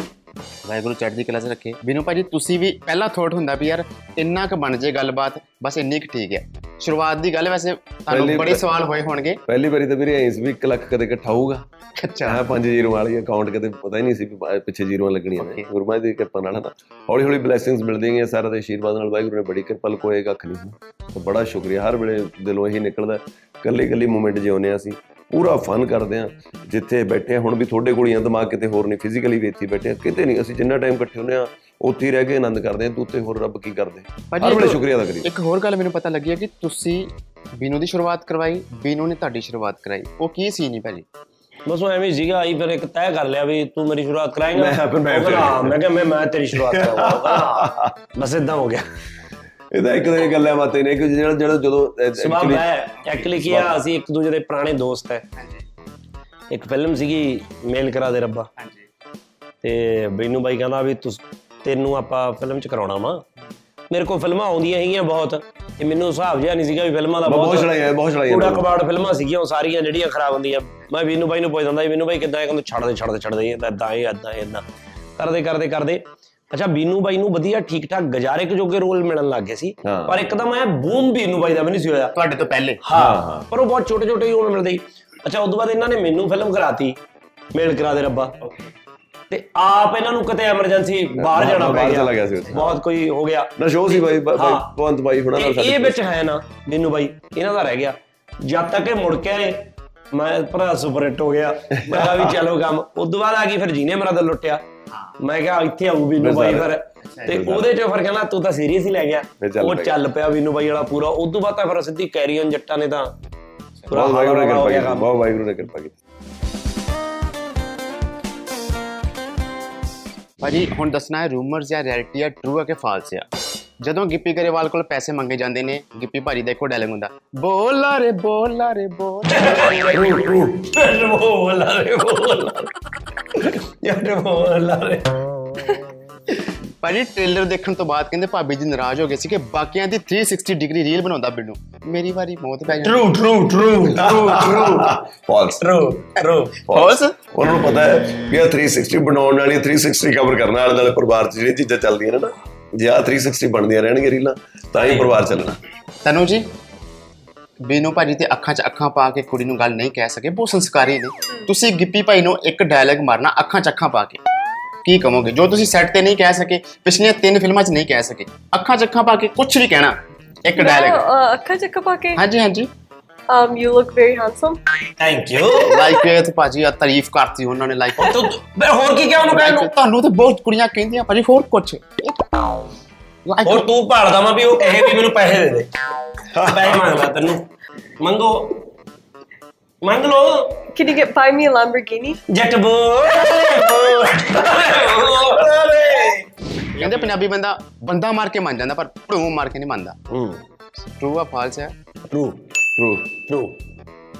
[SPEAKER 2] ਵਾਹਿਗੁਰੂ ਚੜ੍ਹਦੀ ਕਲਾ 'ਚ ਰੱਖੇ ਬਿਨੂ ਭਾਜੀ ਤੁਸੀਂ ਵੀ ਪਹਿਲਾ ਥੋਟ ਹੁੰਦਾ ਵੀ ਯਾਰ ਇੰਨਾ ਕੁ ਬਣ ਜੇ ਗੱਲਬਾਤ ਬਸ ਇੰਨੀ ਕੁ ਠੀਕ ਹੈ ਸ਼ੁਰੂਆਤ ਦੀ ਗੱਲ ਹੈ, ਵੈਸੇ ਤੁਹਾਨੂੰ
[SPEAKER 3] ਪਹਿਲੀ-
[SPEAKER 2] ਬੜੇ ਸਵਾਲ ਹੋਏ ਹੋਣਗੇ
[SPEAKER 3] ਪਹਿਲੀ ਵਾਰੀ ਤਾਂ ਵੀਰੇ ਐਸ ਵੀ 1 ਲੱਖ ਕਦੇ ਇਕੱਠਾ ਹੋਊਗਾ
[SPEAKER 2] ਅੱਛਾ
[SPEAKER 3] ਚਾਹ ਪੰਜ ਜ਼ੀਰੋ ਵਾਲੀ ਅਕਾਊਂਟ ਕਦੇ ਪਤਾ ਹੀ ਨਹੀਂ ਸੀ ਵੀ ਬਾਅਦ ਪਿੱਛੇ ਜ਼ੀਰੋਆਂ ਲੱਗਣੀਆਂ ਨੇ
[SPEAKER 2] Okay.
[SPEAKER 3] ਗੁਰਮਾ ਦੀ ਕਿਰਪਾ ਨਾਲ ਹਨਾ ਹੌਲੀ ਹੌਲੀ ਬਲੇਸਿੰਗਸ ਮਿਲਦੀਆਂ ਗਈਆਂ ਸਾਰਾ ਦੇ ਆਸ਼ੀਰਵਾਦ ਨਾਲ ਵਾਹਿਗੁਰੂ ਨੇ ਬੜੀ ਕਿਰਪਾ ਕੋਈ ਕੱਖ ਨਹੀਂ ਸੀ। ਤਾਂ ਬੜਾ ਸ਼ੁਕਰੀਆ ਹਰ ਵੇਲੇ ਦਿਲੋਂ ਇਹੀ ਨਿਕਲਦਾ ਕੱਲੇ ਕੱਲੇ ਮੂਮੈਂਟ ਜਿਉਂਦੇ ਹਾਂ ਅਸੀਂ ਪੂਰਾ ਫਨ ਕਰਦੇ ਹਾਂ ਜਿੱਥੇ ਬੈਠੇ ਹਾਂ, ਹੁਣ ਵੀ ਤੁਹਾਡੇ ਕੋਲ ਹੀ ਆ ਦਿਮਾਗ ਕਿਤੇ ਹੋਰ ਨਹੀਂ ਫਿਜ਼ੀਕਲੀ ਵੀ ਇੱਥੇ ਹੀ ਬੈਠੇ ਹਾਂ ਕਿਤੇ ਨਹੀਂ ਅਸੀਂ ਜਿੰਨਾ ਟਾਈਮ ਇਕੱਠੇ ਹੁੰਦੇ ਹਾਂ ਉੱਥੇ ਹੀ ਰਹਿ ਕੇ ਆਨੰਦ ਕਰਦੇ ਹਾਂ ਤੂੰ ਉੱਤੇ ਹੋਰ ਰੱਬ ਕੀ ਕਰਦੇ
[SPEAKER 2] ਭਾਜੀ
[SPEAKER 3] ਹਰ ਵੇਲੇ
[SPEAKER 2] ਇੱਕ-
[SPEAKER 3] ਸ਼ੁਕਰੀਆ ਦਾ ਕਰੀ
[SPEAKER 2] ਇੱਕ ਹੋਰ ਗੱਲ ਮੈਨੂੰ ਪਤਾ ਲੱਗੀ ਹੈ ਕਿ ਤੁਸੀਂ ਬੀਨੂ ਦੀ ਸ਼ੁਰੂਆਤ ਕਰਵਾਈ ਬੀਨੂ ਨੇ ਤੁਹਾਡੀ ਸ਼ੁਰੂਆਤ ਕਰਾਈ ਉਹ ਕੀ ਸੀ ਨਹੀਂ ਭਾਜੀ
[SPEAKER 4] ਬਸ ਉਹ ਐਵੇਂ ਹੀ ਸੀਗਾ ਆਈ ਫਿਰ ਇੱਕ ਤੈਅ ਕਰ ਲਿਆ ਵੀ ਤੂੰ ਮੇਰੀ ਸ਼ੁਰੂਆਤ ਕਰਾਏਂਗਾ
[SPEAKER 3] ਮੈਂ- ਫਿਰ ਮੈਂ-
[SPEAKER 4] ਉਹ ਕਹਿੰਦਾ, ਹਾਂ। ਮੈਂ ਕਿਹਾ ਮੈਂ ਮੈਂ ਤੇਰੀ ਸ਼ੁਰੂਆਤ ਕਰਾਂਗਾ ਉਹ ਕਹਿੰਦਾ, ਹਾਂ। ਬਸ ਇਦਾਂ ਹੋ ਗਿਆ
[SPEAKER 3] ਇਹਦਾ ਇੱਕ ਤਾਂ ਇਹ ਗੱਲਾਂ ਬਾਤਾਂ ਨੇ ਕਿ ਜਿਹੜਾ ਜਿਹੜਾ ਜਦੋਂ
[SPEAKER 4] ਸਬਬ
[SPEAKER 3] ਐਕਚੁਅਲੀ
[SPEAKER 4] ਹੈ ਐਕਚੁਅਲੀ ਕੀ ਆ ਅਸੀਂ ਇੱਕ ਦੂਜੇ ਦੇ ਪੁਰਾਣੇ ਦੋਸਤ ਹੈ ਇੱਕ ਫਿਲਮ ਸੀਗੀ ਮੇਲ ਕਰਾ ਦੇ ਰੱਬਾ
[SPEAKER 2] ਹਾਂਜੀ
[SPEAKER 4] ਤੇ ਬੀਨੂ ਬਾਈ ਕਹਿੰਦਾ ਵੀ ਤੁਸ ਤੈਨੂੰ ਆਪਾਂ ਫਿਲਮ ਚ ਕਰਾਉਣਾ ਵਾ ਮੇਰੇ ਕੋਲ ਫਿਲਮਾਂ ਆਉਂਦੀਆਂ ਹੈਗੀਆਂ ਬਹੁਤ ਤੇ ਮੈਨੂੰ ਹਿਸਾਬ ਜਿਹਾ ਨਹੀਂ ਸੀਗਾ ਵੀ ਫਿਲਮਾਂ ਦਾ
[SPEAKER 3] ਬਹੁਤ ਛੜਾਇਆ ਬਹੁਤ ਛੜਾਇਆ
[SPEAKER 4] ਕੂੜਾ ਕਬਾੜ ਫਿਲਮਾਂ ਸੀਗੀਆਂ ਉਹ ਸਾਰੀਆਂ ਜਿਹੜੀਆਂ ਖਰਾਬ ਹੁੰਦੀਆਂ ਮੈਂ ਵੀਨੂ ਬਾਈ ਨੂੰ ਪੁੱਛਦਾ ਸੀ ਵੀਨੂ ਬਾਈ ਕਿੱਦਾਂ ਇਹ ਕਹਿੰਦਾ ਛੱਡ ਦੇ ਛੱਡ ਦੇ ਛੱਡ ਦੇ ਇਦਾਂ ਇਹ ਇਦਾਂ ਇਦਾਂ ਕਰਦੇ ਕਰਦੇ ਕਰਦੇ ਅੱਛਾ ਵੀਨੂ ਬਾਈ ਨੂੰ ਵਧੀਆ ਠੀਕ ਠਾਕ ਗਜਾਰੇ ਕੁ ਜੋਗੇ ਰੋਲ ਮਿਲਣ ਲੱਗ ਗਏ ਸੀ
[SPEAKER 3] ਹਾਂ।
[SPEAKER 4] ਪਰ ਇੱਕਦਮ ਐ ਬੂਮ ਵੀਨੂ ਬਾਈ ਦਾ ਵੀ ਨਹੀਂ ਸੀ ਹੋਇਆ
[SPEAKER 2] ਤੁਹਾਡੇ ਤੋਂ ਪਹਿਲੇ
[SPEAKER 4] ਹਾਂ ਪਰ ਉਹ ਬਹੁਤ ਛੋਟੇ ਛੋਟੇ ਹੀ ਰੋਲ ਮਿਲਦੇ ਸੀ ਅੱਛਾ ਉਦੋਂ ਬਾਅਦ ਇਹਨਾਂ ਨੇ ਮੈਨੂੰ ਫਿਲਮ ਕਰਾਤੀ ਮੇਲ ਕਰਾ ਦੇ ਰੱਬਾ ਤੇ ਆਪ ਇਹਨਾਂ ਨੂੰ ਕਿਤੇ ਐਮਰਜੈਂਸੀ ਬਾਹਰ ਜਾਣਾ ਪੈ
[SPEAKER 3] ਬਾਹਰ
[SPEAKER 4] ਗਿਆ
[SPEAKER 3] ਚਲਾ ਗਿਆ ਸੀ ਉੱਥੇ।
[SPEAKER 4] ਬਹੁਤ ਕੋਈ ਹੋ ਗਿਆ
[SPEAKER 3] ਨਾ ਸ਼ੋਅ ਸੀ ਬਾਈ ਬਾਈ
[SPEAKER 4] ਹਾਂ।
[SPEAKER 3] ਪਵੰਤ ਬਾਈ ਹੁਣਾਂ ਨਾਲ
[SPEAKER 4] ਇਹ-
[SPEAKER 3] ਸਾਡੇ
[SPEAKER 4] ਇਹ ਵਿੱਚ ਹੈ ਨਾ ਮੈਨੂੰ ਬਾਈ ਇਹਨਾਂ ਦਾ ਰਹਿ ਗਿਆ ਜਦ ਤੱਕ ਇਹ ਮੁੜ ਕੇ ਆਏ ਮੈਂ ਭਰਾ ਸੁਪਰ ਹਿੱਟ ਹੋ ਗਿਆ ਮੈਂ ਕਿਹਾ ਵੀ ਚਲੋ ਕੰਮ ਉਦੋਂ ਬਾਅਦ ਆ ਗਈ ਫਿਰ ਜੀਨੇ ਮੇਰਾ ਦਿਲ ਲੁੱਟਿਆ ਮੈਂ ਕਿਹਾ ਇੱਥੇ ਆਊ ਵੀਨੂ ਬਾਈ ਫਿਰ ਤੇ ਉਹਦੇ ਚ ਫਿਰ ਕਹਿੰਦਾ ਤੂੰ ਤਾਂ ਸੀਰੀਅਸ ਹੀ ਲੈ ਗਿਆ
[SPEAKER 3] ਫਿਰ ਚੱਲ
[SPEAKER 4] ਉਹ
[SPEAKER 3] ਪਿਆ।
[SPEAKER 4] ਚੱਲ ਪਿਆ ਵੀਨੂ ਬਾਈ ਵਾਲਾ ਪੂਰਾ ਉਦੋਂ ਬਾਅਦ ਤਾਂ ਫਿਰ ਸਿੱਧੀ ਕੈਰੀਅਨ ਜੱਟਾਂ ਨੇ ਤਾਂ ਪੂਰਾ
[SPEAKER 3] ਬਹੁਤ ਵਾਹਿਗੁਰੂ ਨੇ
[SPEAKER 4] ਹੋ
[SPEAKER 3] ਕਿਰਪਾ
[SPEAKER 4] ਗਿਆ
[SPEAKER 3] ਕੀਤੀ
[SPEAKER 4] ਕੰਮ
[SPEAKER 3] ਬਹੁਤ ਵਾਹਿਗੁਰੂ ਨੇ ਕਿਰਪਾ ਕੀਤੀ
[SPEAKER 2] ਭਾਜੀ ਹੁਣ ਦੱਸਣਾ ਹੈ ਰੂਮਰਸ ਜਾਂ ਰਿਐਲਿਟੀ ਹੈ ਟਰੂ ਹੈ ਕਿ ਫਾਲਸ ਹੈ ਜਦੋਂ ਗਿੱਪੀ ਗਰੇਵਾਲ ਕੋਲ ਪੈਸੇ ਮੰਗੇ ਜਾਂਦੇ ਨੇ ਗਿੱਪੀ ਭਾਜੀ ਦਾ ਇੱਕੋ ਡਾਇਲੌਗ ਹੁੰਦਾ ਬੋਲਾ ਰੇ ਬੋਲਾ ਰੇ ਬੋਲ
[SPEAKER 4] ਫਿਰ ਬੋਲ ਆ ਰੇ ਬੋਲ ਆ ਰੇ। ਯਾਰ ਬੋਲ ਆ ਰੇ
[SPEAKER 2] ਭਾਜੀ ਟ੍ਰੇਲਰ ਦੇਖਣ ਤੋਂ ਬਾਅਦ ਕਹਿੰਦੇ ਭਾਬੀ ਜੀ ਨਾਰਾਜ਼ ਹੋ ਗਏ ਸੀ ਕਿ ਬਾਕੀਆਂ ਦੀ 360 ਡਿਗਰੀ ਰੀਲ ਬਣਾਉਂਦਾ ਬਿੰਨੂ ਮੇਰੀ ਵਾਰੀ ਮੌਤ ਪੈ ਜਾਂਦੀ
[SPEAKER 4] true true true true
[SPEAKER 3] false
[SPEAKER 4] true true
[SPEAKER 2] false
[SPEAKER 3] ਉਹਨਾਂ ਨੂੰ ਪਤਾ ਹੈ ਕਿ ਆਹ 360 ਬਣਾਉਣ ਵਾਲੀ 360 ਕਵਰ ਕਰਨ ਵਾਲੇ ਨਾਲ ਪਰਿਵਾਰ 'ਚ ਜਿਹੜੀਆਂ ਚੀਜ਼ਾਂ ਚੱਲਦੀਆਂ ਨੇ ਨਾ ਜੇ ਆਹ 360 ਬਣਦੀਆਂ ਰਹਿਣਗੀਆਂ ਰੀਲਾਂ ਤਾਂ ਹੀ ਪਰਿਵਾਰ ਚੱਲਣਾ
[SPEAKER 2] ਤਨੂ ਜੀ ਬੀਨੂ ਭਾਜੀ ਤੇ ਅੱਖਾਂ 'ਚ ਅੱਖਾਂ ਪਾ ਕੇ ਕੁੜੀ ਨੂੰ ਗੱਲ ਨਹੀਂ ਕਹਿ ਸਕੇ ਬਹੁਤ ਸੰਸਕਾਰੀ ਨੇ ਤੁਸੀਂ ਗਿੱਪੀ ਭਾਈ ਨੂੰ ਇੱਕ ਡਾਇਲੌਗ ਮਾਰਨਾ ਅੱਖਾਂ 'ਚ ਅੱਖਾਂ ਪਾ ਕੇ ਕੀ ਕਹੋਗੇ ਜੋ ਤੁਸੀਂ ਸੈੱਟ ਤੇ ਨਹੀਂ ਕਹਿ ਸਕੇ ਪਿਛਲੀਆਂ ਤਿੰਨ ਫਿਲਮਾਂ 'ਚ ਨਹੀਂ ਕਹਿ ਸਕੇ ਅੱਖਾਂ 'ਚ ਅੱਖਾਂ ਪਾ ਕੇ ਕੁਝ ਵੀ ਕਹਿਣਾ ਇੱਕ
[SPEAKER 5] Oh,
[SPEAKER 2] ਡਾਇਲੌਗ ਹਾਂਜੀ ਹਾਂਜੀ
[SPEAKER 5] uh, Um, you look very handsome.
[SPEAKER 4] Thank you
[SPEAKER 2] like ਇਹ ਤੇ ਭਾਜੀ ਆ ਤਾਰੀਫ ਕਰਤੀ ਉਹਨਾਂ ਨੇ ਲਾਈਕ
[SPEAKER 4] ਤੂੰ ਬੇ ਹੋਰ ਕੀ ਕਿਹਾ ਉਹਨੂੰ ਕਹਿਣ ਨੂੰ
[SPEAKER 2] ਤੁਹਾਨੂੰ ਤੇ ਬਹੁਤ ਕੁੜੀਆਂ ਕਹਿੰਦੀਆਂ ਭਾਜੀ ਹੋਰ ਕੁਝ
[SPEAKER 4] ਹੋਰ ਤੂੰ ਭਾਲਦਾ ਵਾਂ ਵੀ ਉਹ ਕਹੇ ਵੀ ਮੈਨੂੰ ਪੈਸੇ ਦੇ ਦੇ ਪੈਸੇ ਮੰਗਦਾ ਤੈਨੂੰ ਮੰਗੋ ਮੰਗ ਲੋ
[SPEAKER 5] Can you get buy me a Lamborghini?
[SPEAKER 4] ਜੱਟ ਬੋ
[SPEAKER 2] ਕਹਿੰਦੇ ਪੰਜਾਬੀ ਬੰਦਾ ਬੰਦਾ ਮਾਰ ਕੇ ਮੰਨ ਜਾਂਦਾ ਪਰ ਭੜੂ ਮਾਰ ਕੇ ਨਹੀਂ ਮੰਨਦਾ ਟਰੂ ਆ ਫਾਲਸ ਹੈ
[SPEAKER 4] ਟਰੂ
[SPEAKER 3] ਟਰੂ
[SPEAKER 4] ਟਰੂ